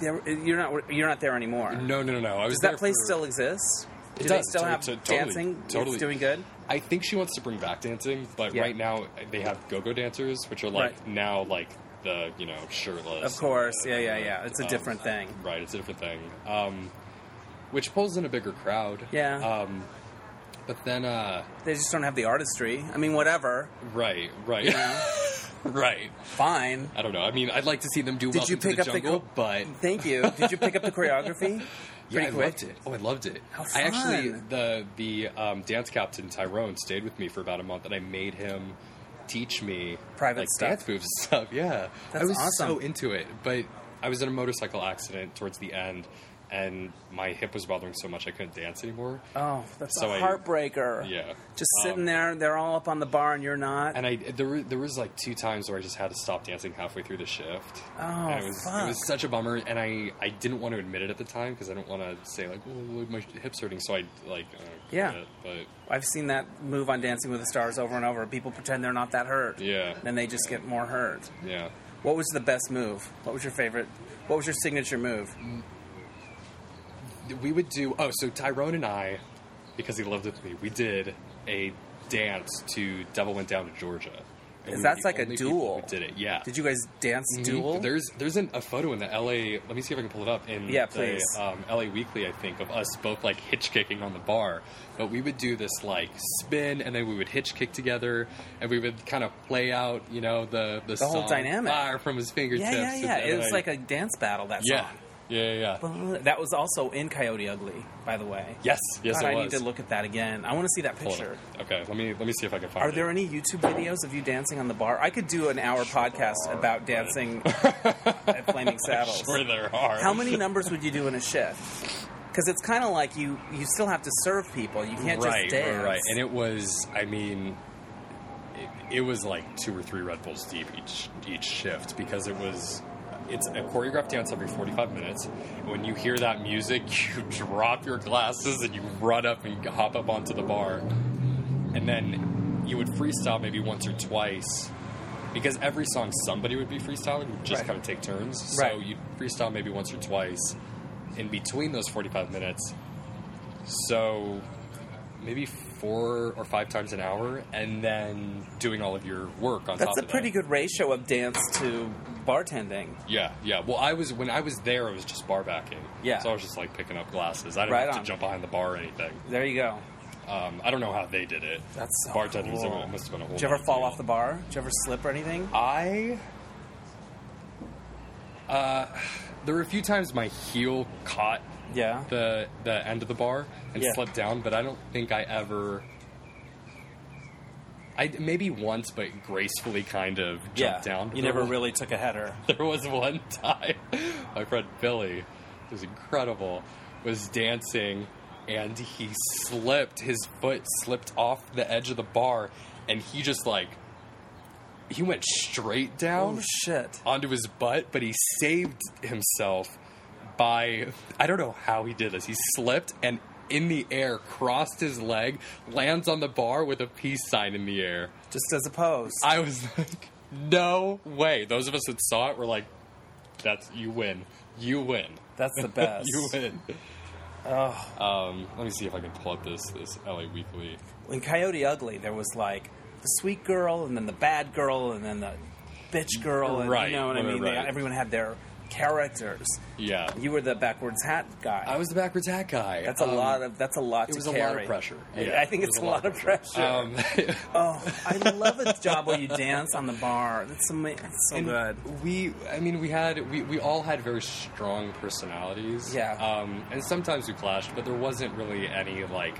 Speaker 1: there you're not you're not there anymore.
Speaker 2: No, no, no, no. I was
Speaker 1: Does that
Speaker 2: there
Speaker 1: place
Speaker 2: for-
Speaker 1: still exist?
Speaker 2: It
Speaker 1: Do they
Speaker 2: does,
Speaker 1: still
Speaker 2: to-
Speaker 1: have
Speaker 2: to- totally,
Speaker 1: dancing?
Speaker 2: totally.
Speaker 1: It's doing good.
Speaker 2: I think she wants to bring back dancing, but
Speaker 1: Yeah.
Speaker 2: right now they have go-go dancers, which are like
Speaker 1: Right.
Speaker 2: now like the you know shirtless.
Speaker 1: Of course,
Speaker 2: and,
Speaker 1: yeah, yeah,
Speaker 2: uh,
Speaker 1: yeah. It's a
Speaker 2: um,
Speaker 1: different thing.
Speaker 2: Right, it's a different thing. Um, which pulls in a bigger crowd.
Speaker 1: Yeah.
Speaker 2: Um, but then, uh,
Speaker 1: They just don't have the artistry. I mean, whatever.
Speaker 2: right, right,
Speaker 1: You know,
Speaker 2: right.
Speaker 1: fine.
Speaker 2: I don't know. I mean, I'd like to see them do
Speaker 1: Did
Speaker 2: Welcome
Speaker 1: you pick
Speaker 2: to
Speaker 1: up
Speaker 2: the Jungle,
Speaker 1: the?
Speaker 2: but
Speaker 1: Thank you. Did you pick up the choreography?
Speaker 2: yeah,
Speaker 1: Pretty
Speaker 2: I
Speaker 1: quick?
Speaker 2: loved it. Oh, I loved it.
Speaker 1: How
Speaker 2: I actually
Speaker 1: fun.
Speaker 2: the the um, dance captain Tyrone stayed with me for about a month, and I made him teach me
Speaker 1: Private
Speaker 2: like
Speaker 1: stuff.
Speaker 2: dance moves and stuff. Yeah,
Speaker 1: That's
Speaker 2: I was
Speaker 1: awesome.
Speaker 2: so into it. But I was in a motorcycle accident towards the end, and my hip was bothering so much I couldn't dance anymore.
Speaker 1: Oh, that's
Speaker 2: So
Speaker 1: a
Speaker 2: I-
Speaker 1: heartbreaker.
Speaker 2: yeah,
Speaker 1: Just sitting
Speaker 2: Um,
Speaker 1: there, they're all up on the bar, and you're not.
Speaker 2: And I there were, there was like two times where I just had to stop dancing halfway through the shift. Oh, and it was it
Speaker 1: fuck.
Speaker 2: was such a bummer, and I, I didn't want to admit it at the time because I didn't want to say like oh, my hips hurting. So I like uh,
Speaker 1: Yeah.
Speaker 2: quit, but
Speaker 1: I've seen that move on Dancing with the Stars over and over. People pretend they're not that hurt.
Speaker 2: Yeah.
Speaker 1: Then they just get more hurt.
Speaker 2: yeah.
Speaker 1: What was the best move? What was your favorite? What was your signature move?
Speaker 2: we would do oh so tyrone and i because he lived with me we did a dance to devil went down to georgia And we were
Speaker 1: that's
Speaker 2: the
Speaker 1: like a
Speaker 2: only people
Speaker 1: duel.
Speaker 2: who did it yeah
Speaker 1: Did you guys dance
Speaker 2: Mm-hmm.
Speaker 1: duel?
Speaker 2: there's there's an, a photo in the la let me see if i can pull it up in
Speaker 1: Yeah,
Speaker 2: the,
Speaker 1: please.
Speaker 2: um, la weekly i think of us both like hitch kicking on the bar but we would do this like spin and then we would hitch kick together and we would kind of play out you know the the,
Speaker 1: The whole
Speaker 2: song,
Speaker 1: dynamic.
Speaker 2: fire from his fingertips
Speaker 1: yeah, yeah, yeah.
Speaker 2: and
Speaker 1: It was
Speaker 2: then-
Speaker 1: like a dance battle. That
Speaker 2: yeah
Speaker 1: song.
Speaker 2: yeah yeah, yeah.
Speaker 1: That was also in Coyote Ugly, by the way.
Speaker 2: yes yes
Speaker 1: God,
Speaker 2: it
Speaker 1: I
Speaker 2: was.
Speaker 1: need to look at that again. I want to see that
Speaker 2: Hold on.
Speaker 1: picture.
Speaker 2: Okay, let me let me see if I can find.
Speaker 1: Are there
Speaker 2: it.
Speaker 1: any YouTube videos of you dancing on the bar? I could do an hour podcast about dancing at Flaming Saddles.
Speaker 2: Sure, there are.
Speaker 1: How many numbers would you do in a shift? Because it's kind of like you you still have to serve people. You can't
Speaker 2: right,
Speaker 1: just dance.
Speaker 2: right, right. And it was, I mean, it, it was like two or three Red Bulls deep each each shift because it was. It's a choreographed dance every 45 minutes. When you hear that music, you drop your glasses and you run up and hop up onto the bar. And then you would freestyle maybe once or twice because every song somebody would be freestyling. We'd just
Speaker 1: Right.
Speaker 2: kind of take turns. So
Speaker 1: Right.
Speaker 2: you'd freestyle maybe once or twice in between those 45 minutes. So maybe four or five times an hour, and then doing all of your work on top
Speaker 1: That's a
Speaker 2: of
Speaker 1: pretty
Speaker 2: that.
Speaker 1: good ratio of dance to bartending.
Speaker 2: Yeah, yeah. Well, I was when I was there, I was just bar backing.
Speaker 1: Yeah.
Speaker 2: So I was just like picking up glasses. I didn't
Speaker 1: Right
Speaker 2: have
Speaker 1: on.
Speaker 2: to jump behind the bar or anything.
Speaker 1: There you go.
Speaker 2: Um, I don't know how they did it.
Speaker 1: That's so
Speaker 2: bartending was-
Speaker 1: cool.
Speaker 2: it must have been a whole.
Speaker 1: Did you ever
Speaker 2: nother
Speaker 1: fall
Speaker 2: deal.
Speaker 1: off the bar? Did you ever slip or anything?
Speaker 2: I. Uh, there were a few times my heel caught
Speaker 1: Yeah.
Speaker 2: the the end of the bar and
Speaker 1: Yeah.
Speaker 2: slept down, but I don't think I ever I maybe once, but gracefully kind of jumped
Speaker 4: yeah,
Speaker 2: down.
Speaker 4: you
Speaker 2: There
Speaker 4: never
Speaker 2: was-
Speaker 4: really took a header.
Speaker 2: There was one time my friend Billy, who's incredible, was dancing and he slipped, his foot slipped off the edge of the bar and he just like, he went straight down
Speaker 4: Oh shit!
Speaker 2: onto his butt, but he saved himself by, I don't know how he did this. He slipped and in the air, crossed his leg, lands on the bar with a peace sign in the air.
Speaker 1: just as a pose.
Speaker 2: I was like, no way. Those of us that saw it were like, that's you win. You win.
Speaker 4: That's the best.
Speaker 2: you win. Um, let me see if I can pull up this this LA Weekly.
Speaker 1: In Coyote Ugly, there was like the sweet girl, and then the bad girl, and then the bitch girl, and
Speaker 2: Right,
Speaker 1: you know what I
Speaker 2: right,
Speaker 1: mean. They-
Speaker 2: right.
Speaker 1: everyone had their characters.
Speaker 2: Yeah.
Speaker 1: You were the backwards hat guy.
Speaker 2: I was the backwards hat guy.
Speaker 1: that's a
Speaker 2: Um,
Speaker 1: lot of that's a lot.
Speaker 2: It
Speaker 1: to
Speaker 2: was a
Speaker 1: carry.
Speaker 2: lot of pressure.
Speaker 1: I-
Speaker 2: Yeah,
Speaker 1: I think
Speaker 2: it
Speaker 1: it's
Speaker 2: was
Speaker 1: a lot of pressure.
Speaker 2: Um,
Speaker 1: oh, I love a job where you dance on the bar. That's so, that's so
Speaker 2: and
Speaker 1: good.
Speaker 2: We, I mean, we had we, we all had very strong personalities.
Speaker 1: Yeah.
Speaker 2: Um, and sometimes we clashed, but there wasn't really any like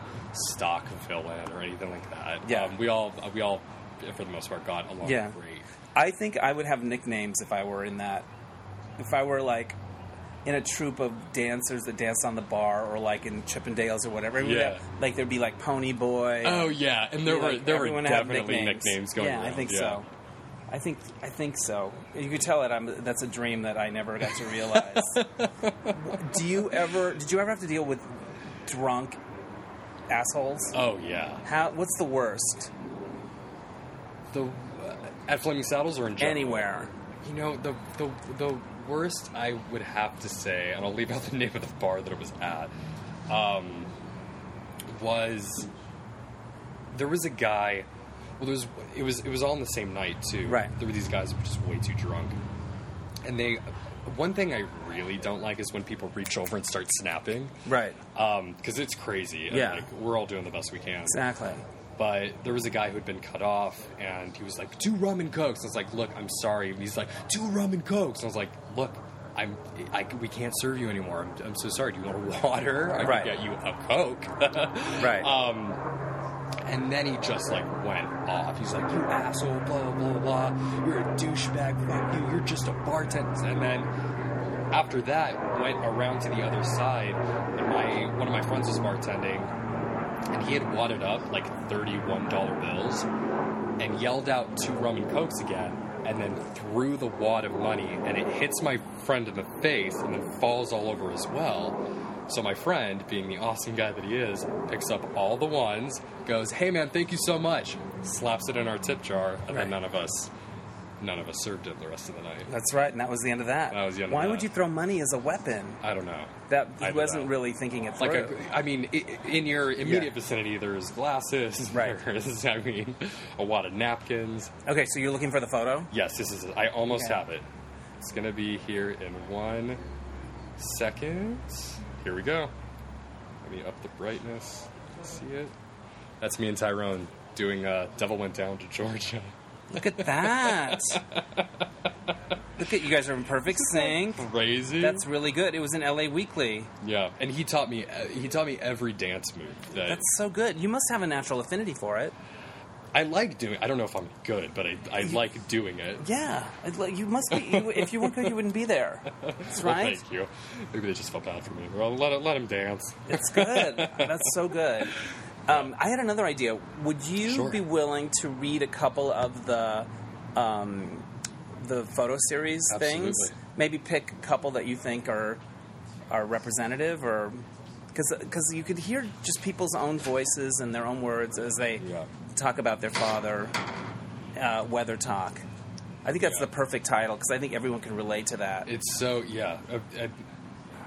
Speaker 2: stock villain or anything like that.
Speaker 1: Yeah.
Speaker 2: Um, we all we all for the most part got along
Speaker 1: Yeah.
Speaker 2: great.
Speaker 1: I think I would have nicknames if I were in that. If I were like in a troupe of dancers that danced on the bar, or like in Chippendales or whatever, it would
Speaker 2: Yeah.
Speaker 1: have- like there'd be like Pony Boy.
Speaker 2: Oh yeah, and there
Speaker 1: Like,
Speaker 2: were there were
Speaker 1: everyone had
Speaker 2: definitely nicknames. going
Speaker 1: Yeah,
Speaker 2: around.
Speaker 1: I think
Speaker 2: yeah.
Speaker 1: so. I think I think so. You could tell it. I'm, that's a dream that I never got to realize. Do you ever? Did you ever have to deal with drunk assholes?
Speaker 2: Oh yeah.
Speaker 1: How? What's the worst?
Speaker 2: The uh, at Flaming Saddles or in general?
Speaker 1: Anywhere?
Speaker 2: You know the the the worst I would have to say, and I'll leave out the name of the bar that it was at. Um, was there was a guy. Well, there was it was it was all on the same night too.
Speaker 1: Right.
Speaker 2: There were these guys who were just way too drunk, and they. One thing I really don't like is when people reach over and start snapping,
Speaker 1: Right.
Speaker 2: because it's crazy. and,
Speaker 1: Yeah.
Speaker 2: like, we're all doing the best we can
Speaker 1: Exactly.
Speaker 2: but there was a guy who had been cut off and he was like two rum and cokes i was like look i'm sorry and he's like two rum and cokes and i was like look I'm, I, we can't serve you anymore. I'm, I'm so sorry. Do you want water? I
Speaker 1: Right.
Speaker 2: can get you a Coke.
Speaker 1: Right.
Speaker 2: Um, and then he just like went off. He's like, "You asshole, blah blah blah. blah. You're a douchebag. Fuck you. You're just a bartender." And then after that, went around to the other side. And my one of my friends was bartending, and he had wadded up like thirty-one dollar bills, and yelled out two rum and cokes again. And then threw the wad of money, and it hits my friend in the face, and then falls all over as well. So my friend, being the awesome guy that he is, picks up all the ones, goes, "Hey man, thank you so much," slaps it in our tip jar, and
Speaker 1: Right.
Speaker 2: then none of us, none of us served it the rest of the night.
Speaker 1: That's right, and that was the end of that.
Speaker 2: That was the end of
Speaker 1: Why
Speaker 2: that.
Speaker 1: would you throw money as a weapon?
Speaker 2: I don't know.
Speaker 1: That
Speaker 2: I
Speaker 1: he
Speaker 2: don't
Speaker 1: wasn't
Speaker 2: know.
Speaker 1: really thinking it through.
Speaker 2: Like, I, I mean, i- in your immediate vicinity, there's glasses.
Speaker 1: Right.
Speaker 2: There's, I mean, a wad of napkins.
Speaker 1: okay, so you're looking for the photo.
Speaker 2: Yes, this is. I almost
Speaker 1: Okay.
Speaker 2: have it. It's gonna be here in one second. Here we go. Let me up the brightness. See it? That's me and Tyrone doing uh, "Devil Went Down to Georgia."
Speaker 1: Look at that. Look at you guys are in perfect sync.
Speaker 2: Crazy.
Speaker 1: That's really good. It was in LA Weekly.
Speaker 2: yeah. And he taught me. Uh, he taught me every dance move that
Speaker 1: That's so good. You must have a natural affinity for it.
Speaker 2: I like doing. I don't know if I'm good, but I, I like doing it.
Speaker 1: Yeah, I'd like- you must be. You, if you weren't good, you wouldn't be there. That's
Speaker 2: Well,
Speaker 1: right.
Speaker 2: thank you. Maybe they just felt bad for me. Well, let let him dance.
Speaker 1: It's good. That's so good. Um, I had another idea. Would you
Speaker 2: Sure.
Speaker 1: be willing to read a couple of the um, the photo series things?
Speaker 2: Absolutely.
Speaker 1: Maybe pick a couple that you think are are representative, or because you could hear just people's own voices and their own words as they
Speaker 2: Yeah.
Speaker 1: talk about their father. Uh, weather talk. I think that's
Speaker 2: Yeah.
Speaker 1: the perfect title because I think everyone can relate to that.
Speaker 2: It's so yeah. Uh, uh,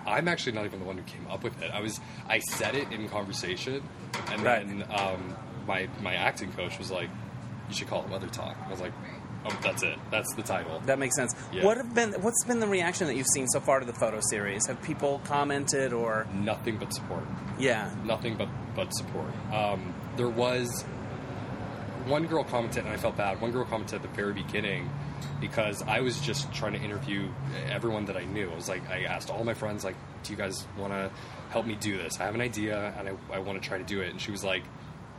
Speaker 2: I'm actually not even the one who came up with it. I was I said it in conversation, and
Speaker 1: Right.
Speaker 2: then um, my my acting coach was like, "You should call it Weather Talk." I was like, "Oh, that's it. That's the title."
Speaker 1: That makes sense.
Speaker 2: Yeah.
Speaker 1: What have been what's been the reaction that you've seen so far to the photo series? Have people commented or
Speaker 2: Nothing but support.
Speaker 1: yeah?
Speaker 2: nothing but but support. Um, there was one girl commented, and I felt bad. One girl commented at the very beginning because I was just trying to interview everyone that I knew. I was like, I asked all my friends, like, do you guys want to help me do this? I have an idea, and I, I want to try to do it. And she was like,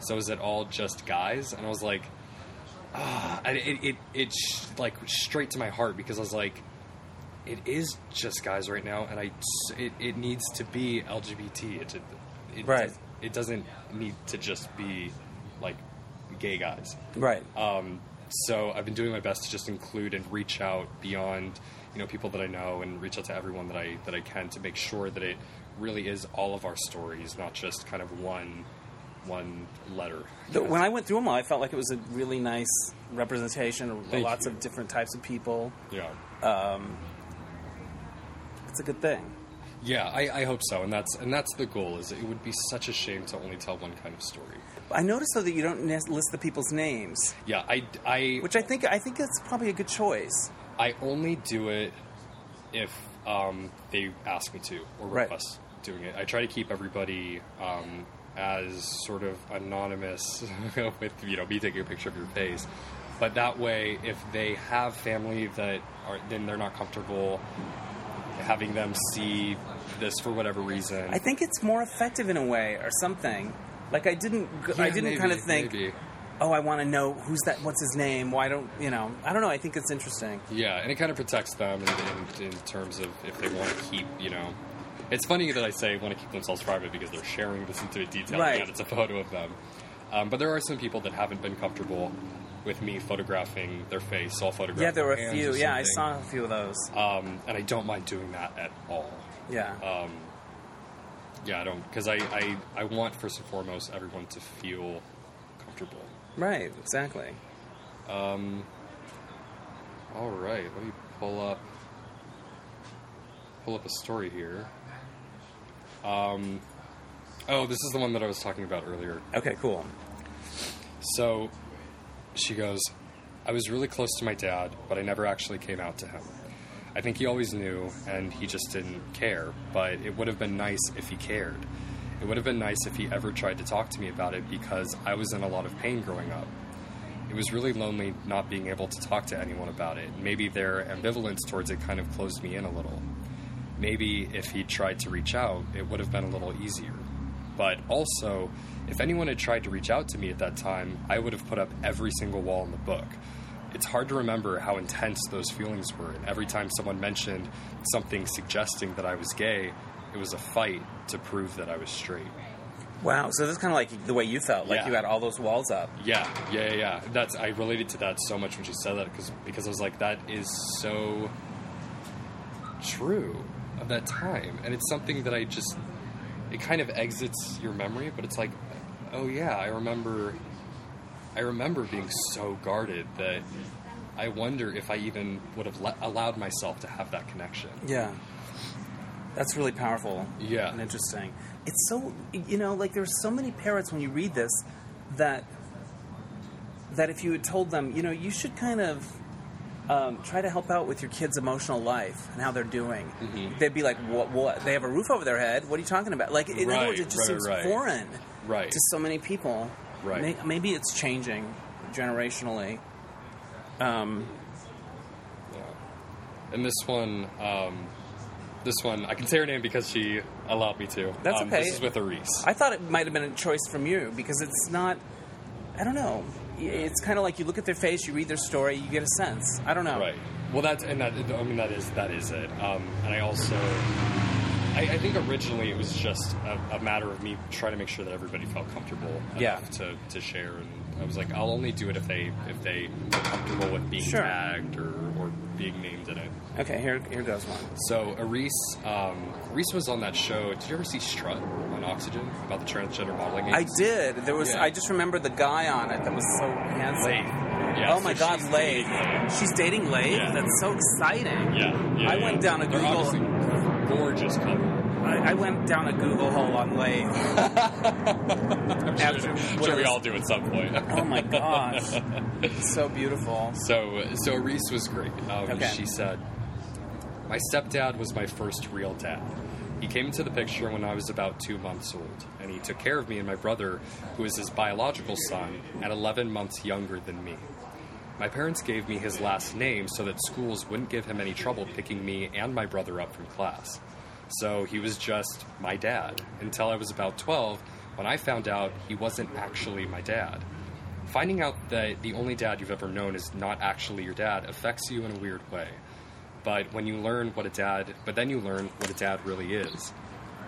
Speaker 2: so is it all just guys? And I was like. I, it it it sh- like straight to my heart because I was like, it is just guys right now, and I s- it, it needs to be LGBT. It, it, it
Speaker 1: Right.
Speaker 2: It doesn't need to just be like gay guys.
Speaker 1: Right.
Speaker 2: Um, so I've been doing my best to just include and reach out beyond, you know, people that I know and reach out to everyone that I that I can to make sure that it really is all of our stories, not just kind of one one letter.
Speaker 1: The- when I went through them all, I felt like it was a really nice representation of
Speaker 2: Thank
Speaker 1: lots
Speaker 2: you.
Speaker 1: of different types of people.
Speaker 2: Yeah.
Speaker 1: It's a good thing.
Speaker 2: Yeah, I, I hope so, and that's and that's the goal. Is it would be such a shame to only tell one kind of story.
Speaker 1: I noticed though that you don't nes- list the people's names,
Speaker 2: Yeah, I I
Speaker 1: which I think I think that's probably a good choice.
Speaker 2: I only do it if um, they ask me to or
Speaker 1: Right.
Speaker 2: request doing it. I try to keep everybody um, as sort of anonymous with you know me taking a picture of your face, but that way, if they have family that are then they're not comfortable having them see this for whatever reason.
Speaker 1: I think it's more effective in a way or something. Like I didn't g I
Speaker 2: Yeah,
Speaker 1: didn't
Speaker 2: maybe,
Speaker 1: kind of think,
Speaker 2: maybe.
Speaker 1: oh, I want to know who's that, what's his name? Why don't you know? I don't know. I think it's interesting.
Speaker 2: Yeah, and it kind of protects them in, in, in terms of if they want to keep, you know. It's funny that I say want to keep themselves private because they're sharing this into detail,
Speaker 1: Right.
Speaker 2: and it's a photo of them. Um, but there are some people that haven't been comfortable with me photographing their face. So I'll photograph.
Speaker 1: Yeah, there were a
Speaker 2: their hands
Speaker 1: few.
Speaker 2: or
Speaker 1: Yeah, I
Speaker 2: something.
Speaker 1: saw a few of those.
Speaker 2: Um, and I don't mind doing that at all.
Speaker 1: Yeah.
Speaker 2: Um, yeah, I don't because I, I I want first and foremost everyone to feel comfortable.
Speaker 1: Right. Exactly.
Speaker 2: All right, let me pull up pull up a story here. Um, oh, this is the one that I was talking about earlier.
Speaker 1: Okay. Cool.
Speaker 2: So she goes, I was really close to my dad, but I never actually came out to him. I think he always knew, and he just didn't care, but it would have been nice if he cared. It would have been nice if he ever tried to talk to me about it because I was in a lot of pain growing up. It was really lonely not being able to talk to anyone about it. Maybe their ambivalence towards it kind of closed me in a little. Maybe if he tried to reach out, it would have been a little easier. But also, if anyone had tried to reach out to me at that time, I would have put up every single wall in the book. It's hard to remember how intense those feelings were, and every time someone mentioned something suggesting that I was gay, it was a fight to prove that I was straight.
Speaker 1: Wow. So this is kind of like the way you felt. Like
Speaker 2: Yeah.
Speaker 1: you had all those walls up.
Speaker 2: Yeah, yeah, yeah, yeah. That's I related to that so much when she said that because because I was like, that is so true of that time, and it's something that I just it kind of exits your memory, but it's like, oh yeah, I remember, I remember being so guarded that I wonder if I even would have le- allowed myself to have that connection.
Speaker 1: Yeah. That's really powerful.
Speaker 2: Yeah.
Speaker 1: And interesting. It's so you know, like there's so many parents when you read this that that if you had told them, you know, you should kind of um, try to help out with your kids' emotional life and how they're doing.
Speaker 2: Mm-hmm.
Speaker 1: They'd be like, "What? What? They have a roof over their head. What are you talking about?" Like, in other
Speaker 2: Right,
Speaker 1: words, it just
Speaker 2: right,
Speaker 1: seems
Speaker 2: right.
Speaker 1: foreign
Speaker 2: Right.
Speaker 1: to so many people.
Speaker 2: Right.
Speaker 1: May- Maybe it's changing generationally.
Speaker 2: And this one, um, this one, I can say her name because she allowed me to.
Speaker 1: That's
Speaker 2: um,
Speaker 1: okay.
Speaker 2: This is with Reese.
Speaker 1: I thought it might have been a choice from you because it's not. I don't know. Y- It's kind of like you look at their face, you read their story, you get a sense. I don't know.
Speaker 2: Right. Well, that's and that I mean that is that is it. Um, and I also, I, I think originally it was just a, a matter of me trying to make sure that everybody felt comfortable enough
Speaker 1: Yeah.
Speaker 2: to, to share. And I was like, I'll only do it if they if they are comfortable with being
Speaker 1: Sure.
Speaker 2: tagged or, or being named in it.
Speaker 1: Okay. Here, here goes one.
Speaker 2: So Reese, um, Reese was on that show. Did you ever see Strut on Oxygen about the transgender modeling?
Speaker 1: I
Speaker 2: agency?
Speaker 1: did. There was.
Speaker 2: Yeah.
Speaker 1: I just remember the guy on it that was so handsome.
Speaker 2: Laith. Yeah,
Speaker 1: oh
Speaker 2: so
Speaker 1: my
Speaker 2: she's
Speaker 1: God,
Speaker 2: dating
Speaker 1: Laith.
Speaker 2: Laith.
Speaker 1: She's dating Laith.
Speaker 2: Yeah.
Speaker 1: That's so exciting.
Speaker 2: Yeah, yeah,
Speaker 1: I
Speaker 2: yeah.
Speaker 1: went down a
Speaker 2: They're
Speaker 1: Google-
Speaker 2: obviously gorgeous couple.
Speaker 1: I, I went down a Google hole on Laith.
Speaker 2: I'm
Speaker 1: After
Speaker 2: sure, I'm sure
Speaker 1: whatever-
Speaker 2: we all do at some point.
Speaker 1: Oh my gosh. It's so beautiful.
Speaker 2: So, so Reese was great. Um,
Speaker 1: Okay.
Speaker 2: She said, "My stepdad was my first real dad. He came into the picture when I was about two months old, and he took care of me and my brother, who is his biological son, at 11 months younger than me. My parents gave me his last name so that schools wouldn't give him any trouble picking me and my brother up from class. So he was just my dad until I was about 12 when I found out he wasn't actually my dad. finding out that the only dad you've ever known is not actually your dad affects you in a weird way. But when you learn what a dad, but then you learn what a dad really is.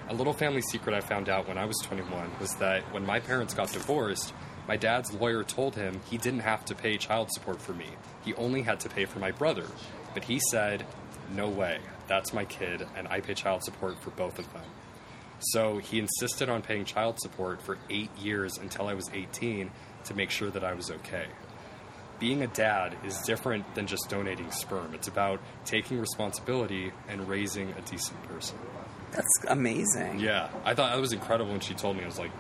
Speaker 2: A little family secret I found out when I was 21 was that when my parents got divorced, my dad's lawyer told him he didn't have to pay child support for me. He only had to pay for my brother. But he said, "No way. That's my kid and I pay child support for both of them." So he insisted on paying child support for eight years until I was 18 to make sure that I was okay. Being a dad is different than just donating sperm. It's about taking responsibility and raising a decent person.
Speaker 1: That's amazing.
Speaker 2: Yeah, I thought that was incredible when she told me. I was like,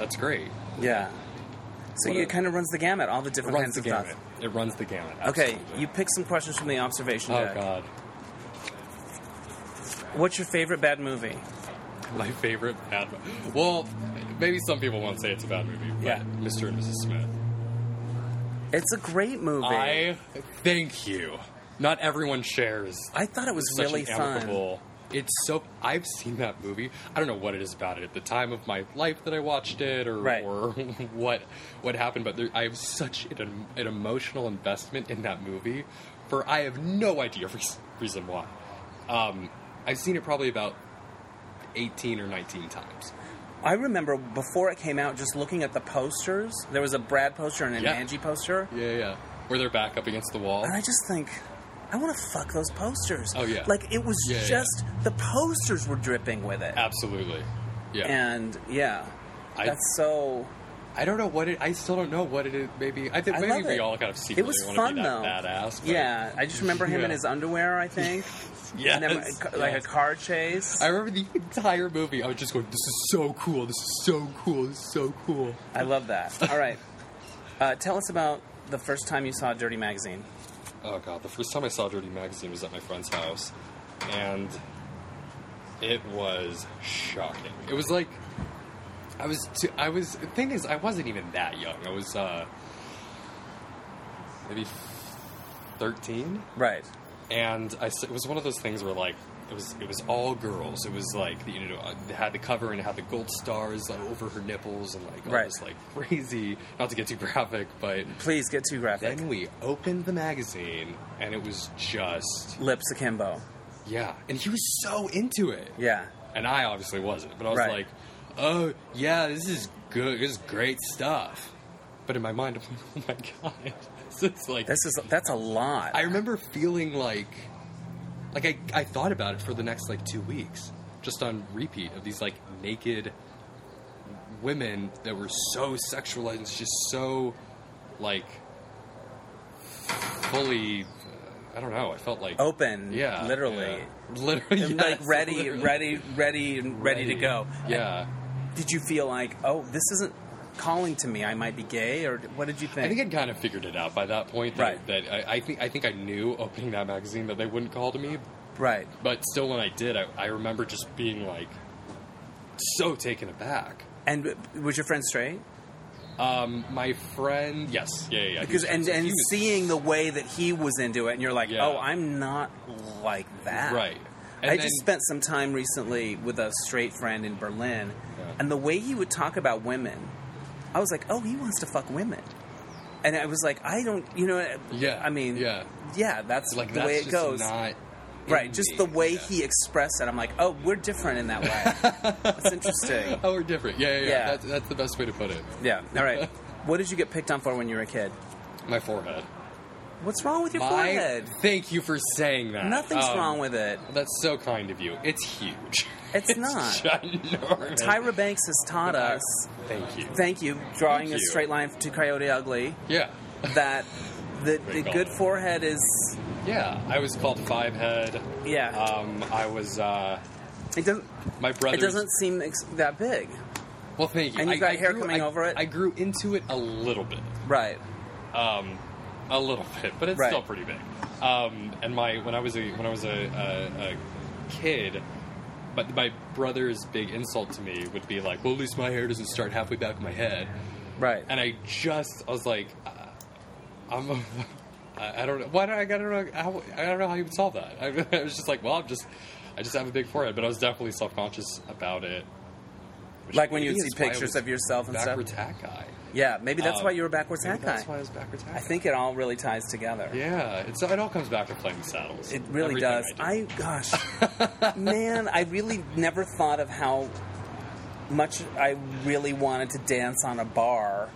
Speaker 2: that's great.
Speaker 1: Yeah. So
Speaker 2: What
Speaker 1: it
Speaker 2: a-
Speaker 1: kind of runs the gamut, all the
Speaker 2: It
Speaker 1: different
Speaker 2: runs
Speaker 1: kinds
Speaker 2: the
Speaker 1: of
Speaker 2: gamut.
Speaker 1: stuff.
Speaker 2: It runs the gamut.
Speaker 1: Okay,
Speaker 2: absolutely.
Speaker 1: you pick some questions from the observation
Speaker 2: Oh,
Speaker 1: deck.
Speaker 2: God.
Speaker 1: What's your favorite bad movie?
Speaker 2: My favorite bad movie. Well, maybe some people won't say it's a bad movie, but
Speaker 1: Yeah.
Speaker 2: Mr. and Mrs. Smith.
Speaker 1: It's a great movie.
Speaker 2: I thank you. Not everyone shares.
Speaker 1: I thought it was
Speaker 2: such
Speaker 1: really
Speaker 2: an
Speaker 1: fun.
Speaker 2: amicable- It's so. I've seen that movie. I don't know what it is about it at the time of my life that I watched it, or
Speaker 1: Right.
Speaker 2: or what what happened. But there, I have such an, an emotional investment in that movie. For I have no idea reas- reason why. Um, I've seen it probably about eighteen or nineteen times.
Speaker 1: I remember before it came out just looking at the posters. There was a Brad poster and an
Speaker 2: Yeah.
Speaker 1: Angie poster.
Speaker 2: Yeah, yeah, yeah. Where they're back up against the wall.
Speaker 1: And I just think, I want to fuck those posters.
Speaker 2: Oh, yeah.
Speaker 1: Like, it was
Speaker 2: Yeah, yeah,
Speaker 1: just the posters were dripping with it.
Speaker 2: Absolutely. Yeah.
Speaker 1: And yeah,
Speaker 2: I-
Speaker 1: that's so.
Speaker 2: I don't know what it. I still don't know what it is. Maybe I think
Speaker 1: I
Speaker 2: maybe
Speaker 1: love
Speaker 2: we
Speaker 1: it.
Speaker 2: all kind of secretly
Speaker 1: it was
Speaker 2: want
Speaker 1: fun
Speaker 2: to be
Speaker 1: though.
Speaker 2: that badass. but-
Speaker 1: yeah, I just remember him
Speaker 2: Yeah.
Speaker 1: in his underwear. I think.
Speaker 2: Yes,
Speaker 1: And then, like
Speaker 2: yes.
Speaker 1: a car chase.
Speaker 2: I remember the entire movie. I was just going, "This is so cool. This is so cool. This is so cool."
Speaker 1: I love that. All right. Uh, tell us about the first time you saw Dirty Magazine.
Speaker 2: oh god, the first time I saw Dirty Magazine was at my friend's house, and it was shocking. It was like I was too, I was the thing is I wasn't even that young. I was uh maybe thirteen.
Speaker 1: Right.
Speaker 2: and I s it was one of those things where like it was it was all girls. It was like you know uh, they had the cover and it had the gold stars like, over her nipples and like all
Speaker 1: Right.
Speaker 2: this like crazy. Not to get too graphic, but
Speaker 1: Please get too graphic.
Speaker 2: then we opened the magazine and it was just
Speaker 1: Lips akimbo.
Speaker 2: yeah, and he was so into it.
Speaker 1: Yeah.
Speaker 2: And I obviously wasn't, but I was
Speaker 1: Right.
Speaker 2: like, oh, yeah, this is good. This is great stuff. But in my mind, I'm like, oh my God. This is like,
Speaker 1: This is that's a lot.
Speaker 2: I remember feeling like, like I, I thought about it for the next like two weeks, just on repeat of these like naked women that were so sexualized and just so like fully, I don't know. I felt like
Speaker 1: Open.
Speaker 2: yeah,
Speaker 1: Oh, Literally.
Speaker 2: yeah. literally,
Speaker 1: And,
Speaker 2: yes,
Speaker 1: like ready,
Speaker 2: literally.
Speaker 1: ready, ready, and ready, to go.
Speaker 2: Yeah.
Speaker 1: Did you feel like, oh, this isn't calling to me? I might be gay, or what did you think?
Speaker 2: I think I'd kind of figured it out by that point. That,
Speaker 1: Right.
Speaker 2: That I, I think I think I knew opening that magazine that they wouldn't call to me,
Speaker 1: right.
Speaker 2: but still, when I did, I, I remember just being like so taken aback.
Speaker 1: And was your friend straight?
Speaker 2: Um, my friend, yes, yeah, yeah, yeah. he
Speaker 1: Because
Speaker 2: was-
Speaker 1: and and
Speaker 2: he was-
Speaker 1: seeing the way that he was into it, and you're like,
Speaker 2: Yeah.
Speaker 1: oh, I'm not like that.
Speaker 2: right.
Speaker 1: I just spent some time recently with a straight friend in Berlin,
Speaker 2: Yeah.
Speaker 1: and the way he would talk about women, I was like, oh, he wants to fuck women. And I was like, I don't, you know,
Speaker 2: Yeah,
Speaker 1: I mean,
Speaker 2: yeah.
Speaker 1: yeah, that's
Speaker 2: like
Speaker 1: the
Speaker 2: that's
Speaker 1: way it
Speaker 2: just
Speaker 1: goes.
Speaker 2: Not in
Speaker 1: right, just
Speaker 2: me,
Speaker 1: the way
Speaker 2: yeah.
Speaker 1: he expressed it. I'm like, oh, we're different in that way. that's interesting.
Speaker 2: Oh, we're different. Yeah, yeah, yeah.
Speaker 1: Yeah.
Speaker 2: That's, that's the best way to put it.
Speaker 1: Yeah, all right. What did you get picked on for when you were a kid?
Speaker 2: My forehead.
Speaker 1: What's wrong with your
Speaker 2: My
Speaker 1: forehead?
Speaker 2: Thank you for saying that.
Speaker 1: Nothing's
Speaker 2: Um,
Speaker 1: wrong with it.
Speaker 2: That's so kind of you. It's huge.
Speaker 1: It's not.
Speaker 2: ginormous.
Speaker 1: Tyra Banks has taught us.
Speaker 2: Thank you.
Speaker 1: Thank you, drawing
Speaker 2: Thank
Speaker 1: a
Speaker 2: you.
Speaker 1: straight line to Coyote Ugly.
Speaker 2: yeah.
Speaker 1: that the, the
Speaker 2: Great call.
Speaker 1: good forehead is
Speaker 2: Yeah. I was called Five Head.
Speaker 1: yeah.
Speaker 2: Um, I was, uh,
Speaker 1: it doesn't
Speaker 2: my brother.
Speaker 1: it doesn't seem ex- that big,
Speaker 2: Well, thank you.
Speaker 1: And you've
Speaker 2: I,
Speaker 1: got
Speaker 2: I
Speaker 1: hair
Speaker 2: grew,
Speaker 1: coming
Speaker 2: I-
Speaker 1: over it?
Speaker 2: I grew into it a little bit,
Speaker 1: right?
Speaker 2: um, a little bit, but it's
Speaker 1: Right.
Speaker 2: still pretty big. Um, and my when I was a when I was a, a, a kid, but my brother's big insult to me would be like, "Well, at least my hair doesn't start halfway back of my head."
Speaker 1: Right.
Speaker 2: And I just I was like, uh, I'm. A, I, I don't know. Why do I, I don't know. How, I don't know how you would solve that. I, I was just like, well, I'm just, I just have a big forehead, but I was definitely self conscious about it. Which
Speaker 1: Like when you would
Speaker 2: maybe
Speaker 1: see
Speaker 2: is why I
Speaker 1: pictures
Speaker 2: was
Speaker 1: of yourself and stuff?
Speaker 2: backwards hat guy.
Speaker 5: Yeah, maybe that's
Speaker 2: Um,
Speaker 5: why you were backwards
Speaker 2: maybe
Speaker 5: hat guy.
Speaker 2: That's why I was backwards hat
Speaker 5: I think it all really ties together.
Speaker 2: Yeah, it's, it all comes back to playing saddles.
Speaker 5: It really
Speaker 2: Everything
Speaker 5: does.
Speaker 2: I,
Speaker 5: I, gosh, man, I really never thought of how much I really wanted to dance on a bar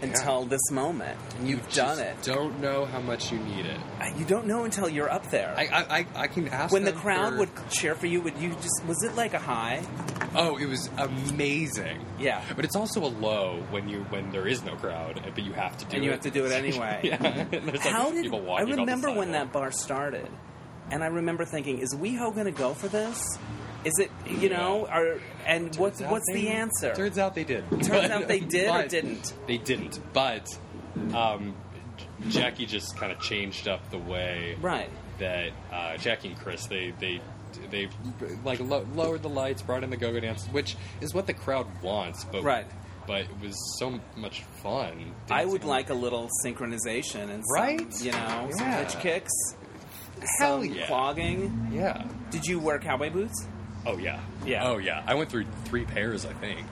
Speaker 5: until this moment, and you've done it.
Speaker 2: Don't know how much you need it.
Speaker 5: I- You don't know until you're up there.
Speaker 2: I I, I, I can ask
Speaker 5: when the
Speaker 2: them
Speaker 5: crowd
Speaker 2: for-
Speaker 5: would cheer for you, would you just was it like a high?
Speaker 2: Oh, it was amazing.
Speaker 5: Yeah.
Speaker 2: but it's also a low when you when there is no crowd, but you have to do it.
Speaker 5: And you have to do it anyway.
Speaker 2: yeah, there's like
Speaker 5: How did
Speaker 2: people
Speaker 5: I
Speaker 2: walking on the
Speaker 5: remember when
Speaker 2: sidewalk.
Speaker 5: that bar started? And I remember thinking, is WeHo going to go for this? Is it you know? Are and what's
Speaker 2: Turns out
Speaker 5: what's the
Speaker 2: they-
Speaker 5: answer?
Speaker 2: Turns out they did.
Speaker 5: Turns out they did or
Speaker 2: But-
Speaker 5: didn't.
Speaker 2: They didn't. But um, J- Jackie just kind of changed up the way
Speaker 5: Right.
Speaker 2: that uh, Jackie and Chris they they they like lo- lowered the lights, brought in the go-go dance, which is what the crowd wants. But
Speaker 5: Right.
Speaker 2: But it was so much fun.
Speaker 5: I would
Speaker 2: dancing.
Speaker 5: like a little synchronization and some,
Speaker 2: Right?
Speaker 5: you know, some
Speaker 2: Yeah.
Speaker 5: pitch kicks,
Speaker 2: Hell
Speaker 5: some
Speaker 2: yeah.
Speaker 5: clogging.
Speaker 2: yeah.
Speaker 5: Did you wear cowboy boots?
Speaker 2: Oh yeah.
Speaker 5: Yeah.
Speaker 2: Oh yeah. I went through three pairs, I think.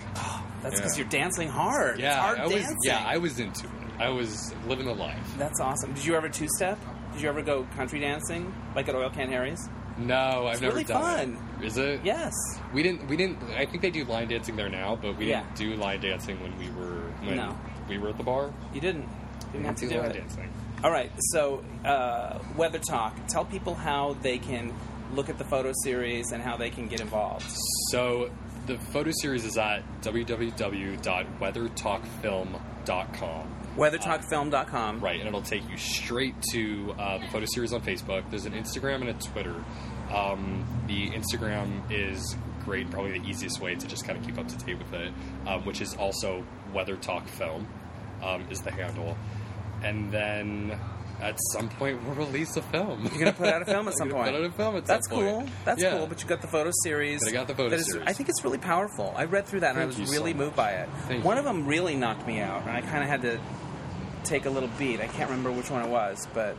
Speaker 5: That's because
Speaker 2: Yeah.
Speaker 5: you're dancing hard.
Speaker 2: Yeah.
Speaker 5: it's hard
Speaker 2: I was.
Speaker 5: dancing.
Speaker 2: Yeah. I was into it. I was living the life.
Speaker 5: That's awesome. Did you ever two step? Did you ever go country dancing like at Oil Can Harry's?
Speaker 2: No, I've never
Speaker 5: really
Speaker 2: done
Speaker 5: fun.
Speaker 2: it. Is it?
Speaker 5: Yes.
Speaker 2: We didn't. We didn't. I think they do line dancing there now, but we
Speaker 5: Yeah.
Speaker 2: didn't do line dancing when we were when
Speaker 5: No.
Speaker 2: we were at the bar.
Speaker 5: You didn't. Didn't have to
Speaker 2: We
Speaker 5: do
Speaker 2: line
Speaker 5: it.
Speaker 2: dancing.
Speaker 5: All right. So, uh, Weather Talk. Tell people how they can look at the photo series and how they can get involved.
Speaker 2: So the photo series is at www.weathertalkfilm.com.
Speaker 5: WeatherTalkFilm.com.
Speaker 2: Right, and it'll take you straight to uh, the photo series on Facebook. There's an Instagram and a Twitter. Um, the Instagram is great, probably the easiest way to just kind of keep up to date with it, um, which is also Weather Talk Film um, is the handle. And then at some point we'll release a film.
Speaker 5: You're gonna put out a film at some
Speaker 2: gonna
Speaker 5: point.
Speaker 2: put out a film at some
Speaker 5: That's
Speaker 2: point.
Speaker 5: cool. That's
Speaker 2: Yeah.
Speaker 5: cool. But you got the photo series.
Speaker 2: But I got the photo
Speaker 5: that is-
Speaker 2: series.
Speaker 5: I think it's really powerful. I read through that and I
Speaker 2: Thank
Speaker 5: was
Speaker 2: you
Speaker 5: really
Speaker 2: so
Speaker 5: moved by it.
Speaker 2: Thank
Speaker 5: one
Speaker 2: you.
Speaker 5: of them really knocked me out, and I kind of had to take a little beat. I can't remember which one it was, but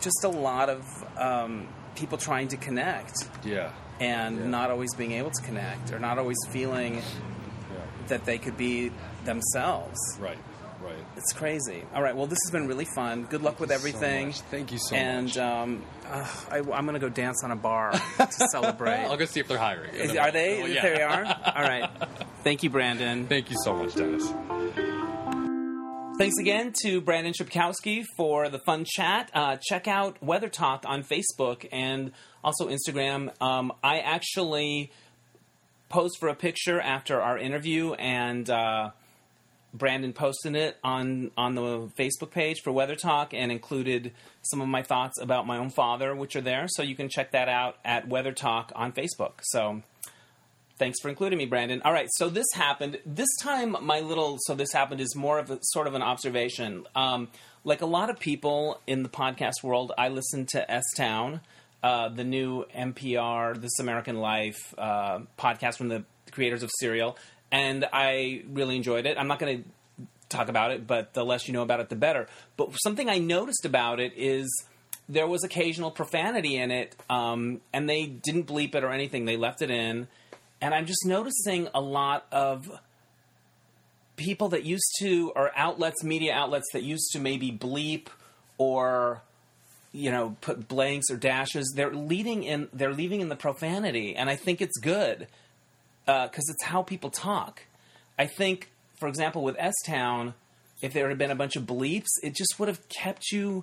Speaker 5: just a lot of um, people trying to connect
Speaker 2: yeah.
Speaker 5: and not always being able to connect, or not always feeling that they could be themselves.
Speaker 2: Right, right.
Speaker 5: It's crazy. All right. Well, this has been really fun. Good luck with
Speaker 2: you so
Speaker 5: everything.
Speaker 2: much. Thank you so
Speaker 5: and,
Speaker 2: much.
Speaker 5: um, uh, I, am going to go dance on a bar to celebrate.
Speaker 2: I'll go see if they're hiring.
Speaker 5: Is- are they?
Speaker 2: Well, yeah.
Speaker 5: There they are. All right. Thank you, Brandon.
Speaker 2: Thank you so much, Dennis.
Speaker 1: Thanks again to Brandon Shipkowski for the fun chat. Uh, check out Weather Talk on Facebook and also Instagram. Um, I actually posed for a picture after our interview, and uh, Brandon posted it on on the Facebook page for Weather Talk and included some of my thoughts about my own father, which are there. So you can check that out at Weather Talk on Facebook. So Thanks for including me, Brandon. All right, so this happened. This time, my little so this happened is more of a sort of an observation. Um, like a lot of people in the podcast world, I listen to S Town, uh, the new NPR This American Life uh, podcast from the creators of Serial, and I really enjoyed it. I'm not going to talk about it, but the less you know about it, the better. But something I noticed about it is there was occasional profanity in it, um, and they didn't bleep it or anything. They left it in. And I'm just noticing a lot of people that used to, or outlets, media outlets that used to maybe bleep or you know put blanks or dashes they're leading in they're leaving in the profanity and i think it's good because it's how people talk. I think, for example, with S Town, if there had been a bunch of bleeps, it just would have kept you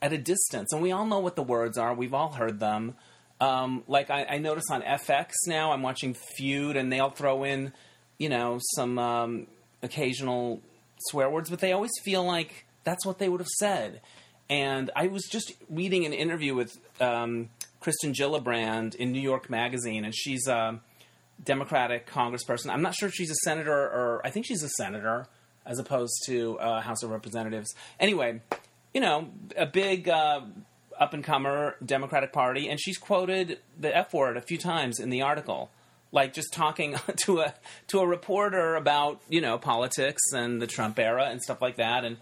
Speaker 1: at a distance. And we all know what the words are, we've all heard them. Um, like, I, I notice on FX now, I'm watching Feud, and they'll throw in, you know, some um, occasional swear words, but they always feel like that's what they would have said. And I was just reading an interview with um, Kristen Gillibrand in New York Magazine, and she's. um Democratic congressperson. I'm not sure if she's a senator or I think she's a senator as opposed to uh, House of Representatives. Anyway, you know, a big uh, up and comer Democratic Party, and she's quoted the F word a few times in the article, like just talking to a to a reporter about you know politics and the Trump era and stuff like that. And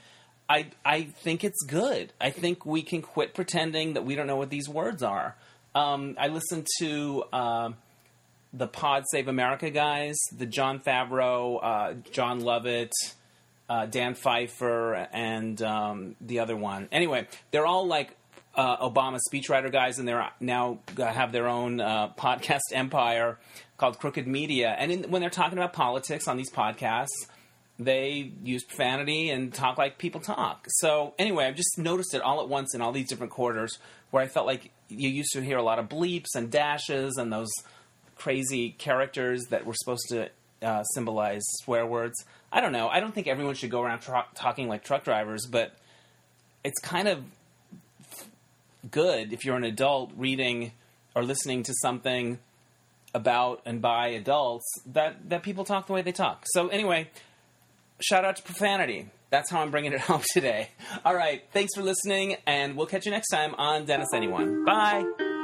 Speaker 1: I I think it's good. I think we can quit pretending that we don't know what these words are. Um, I listened to. um the Pod Save America guys, the John Favreau, uh, John Lovett, uh, Dan Pfeiffer and um, the other one. Anyway, they're all like uh, Obama speechwriter guys, and they're uh, now have their own uh, podcast empire called Crooked Media. And in, when they're talking about politics on these podcasts, they use profanity and talk like people talk. So anyway, I've just noticed it all at once in all these different quarters where I felt like you used to hear a lot of bleeps and dashes and those crazy characters that were supposed to uh, symbolize swear words. I don't know. I don't think everyone should go around truck talking like truck drivers, but it's kind of good if you're an adult reading or listening to something about and by adults that, that people talk the way they talk. So anyway, shout out to profanity. That's how I'm bringing it home today. All right, thanks for listening, and we'll catch you next time on Dennis Anyone. Bye.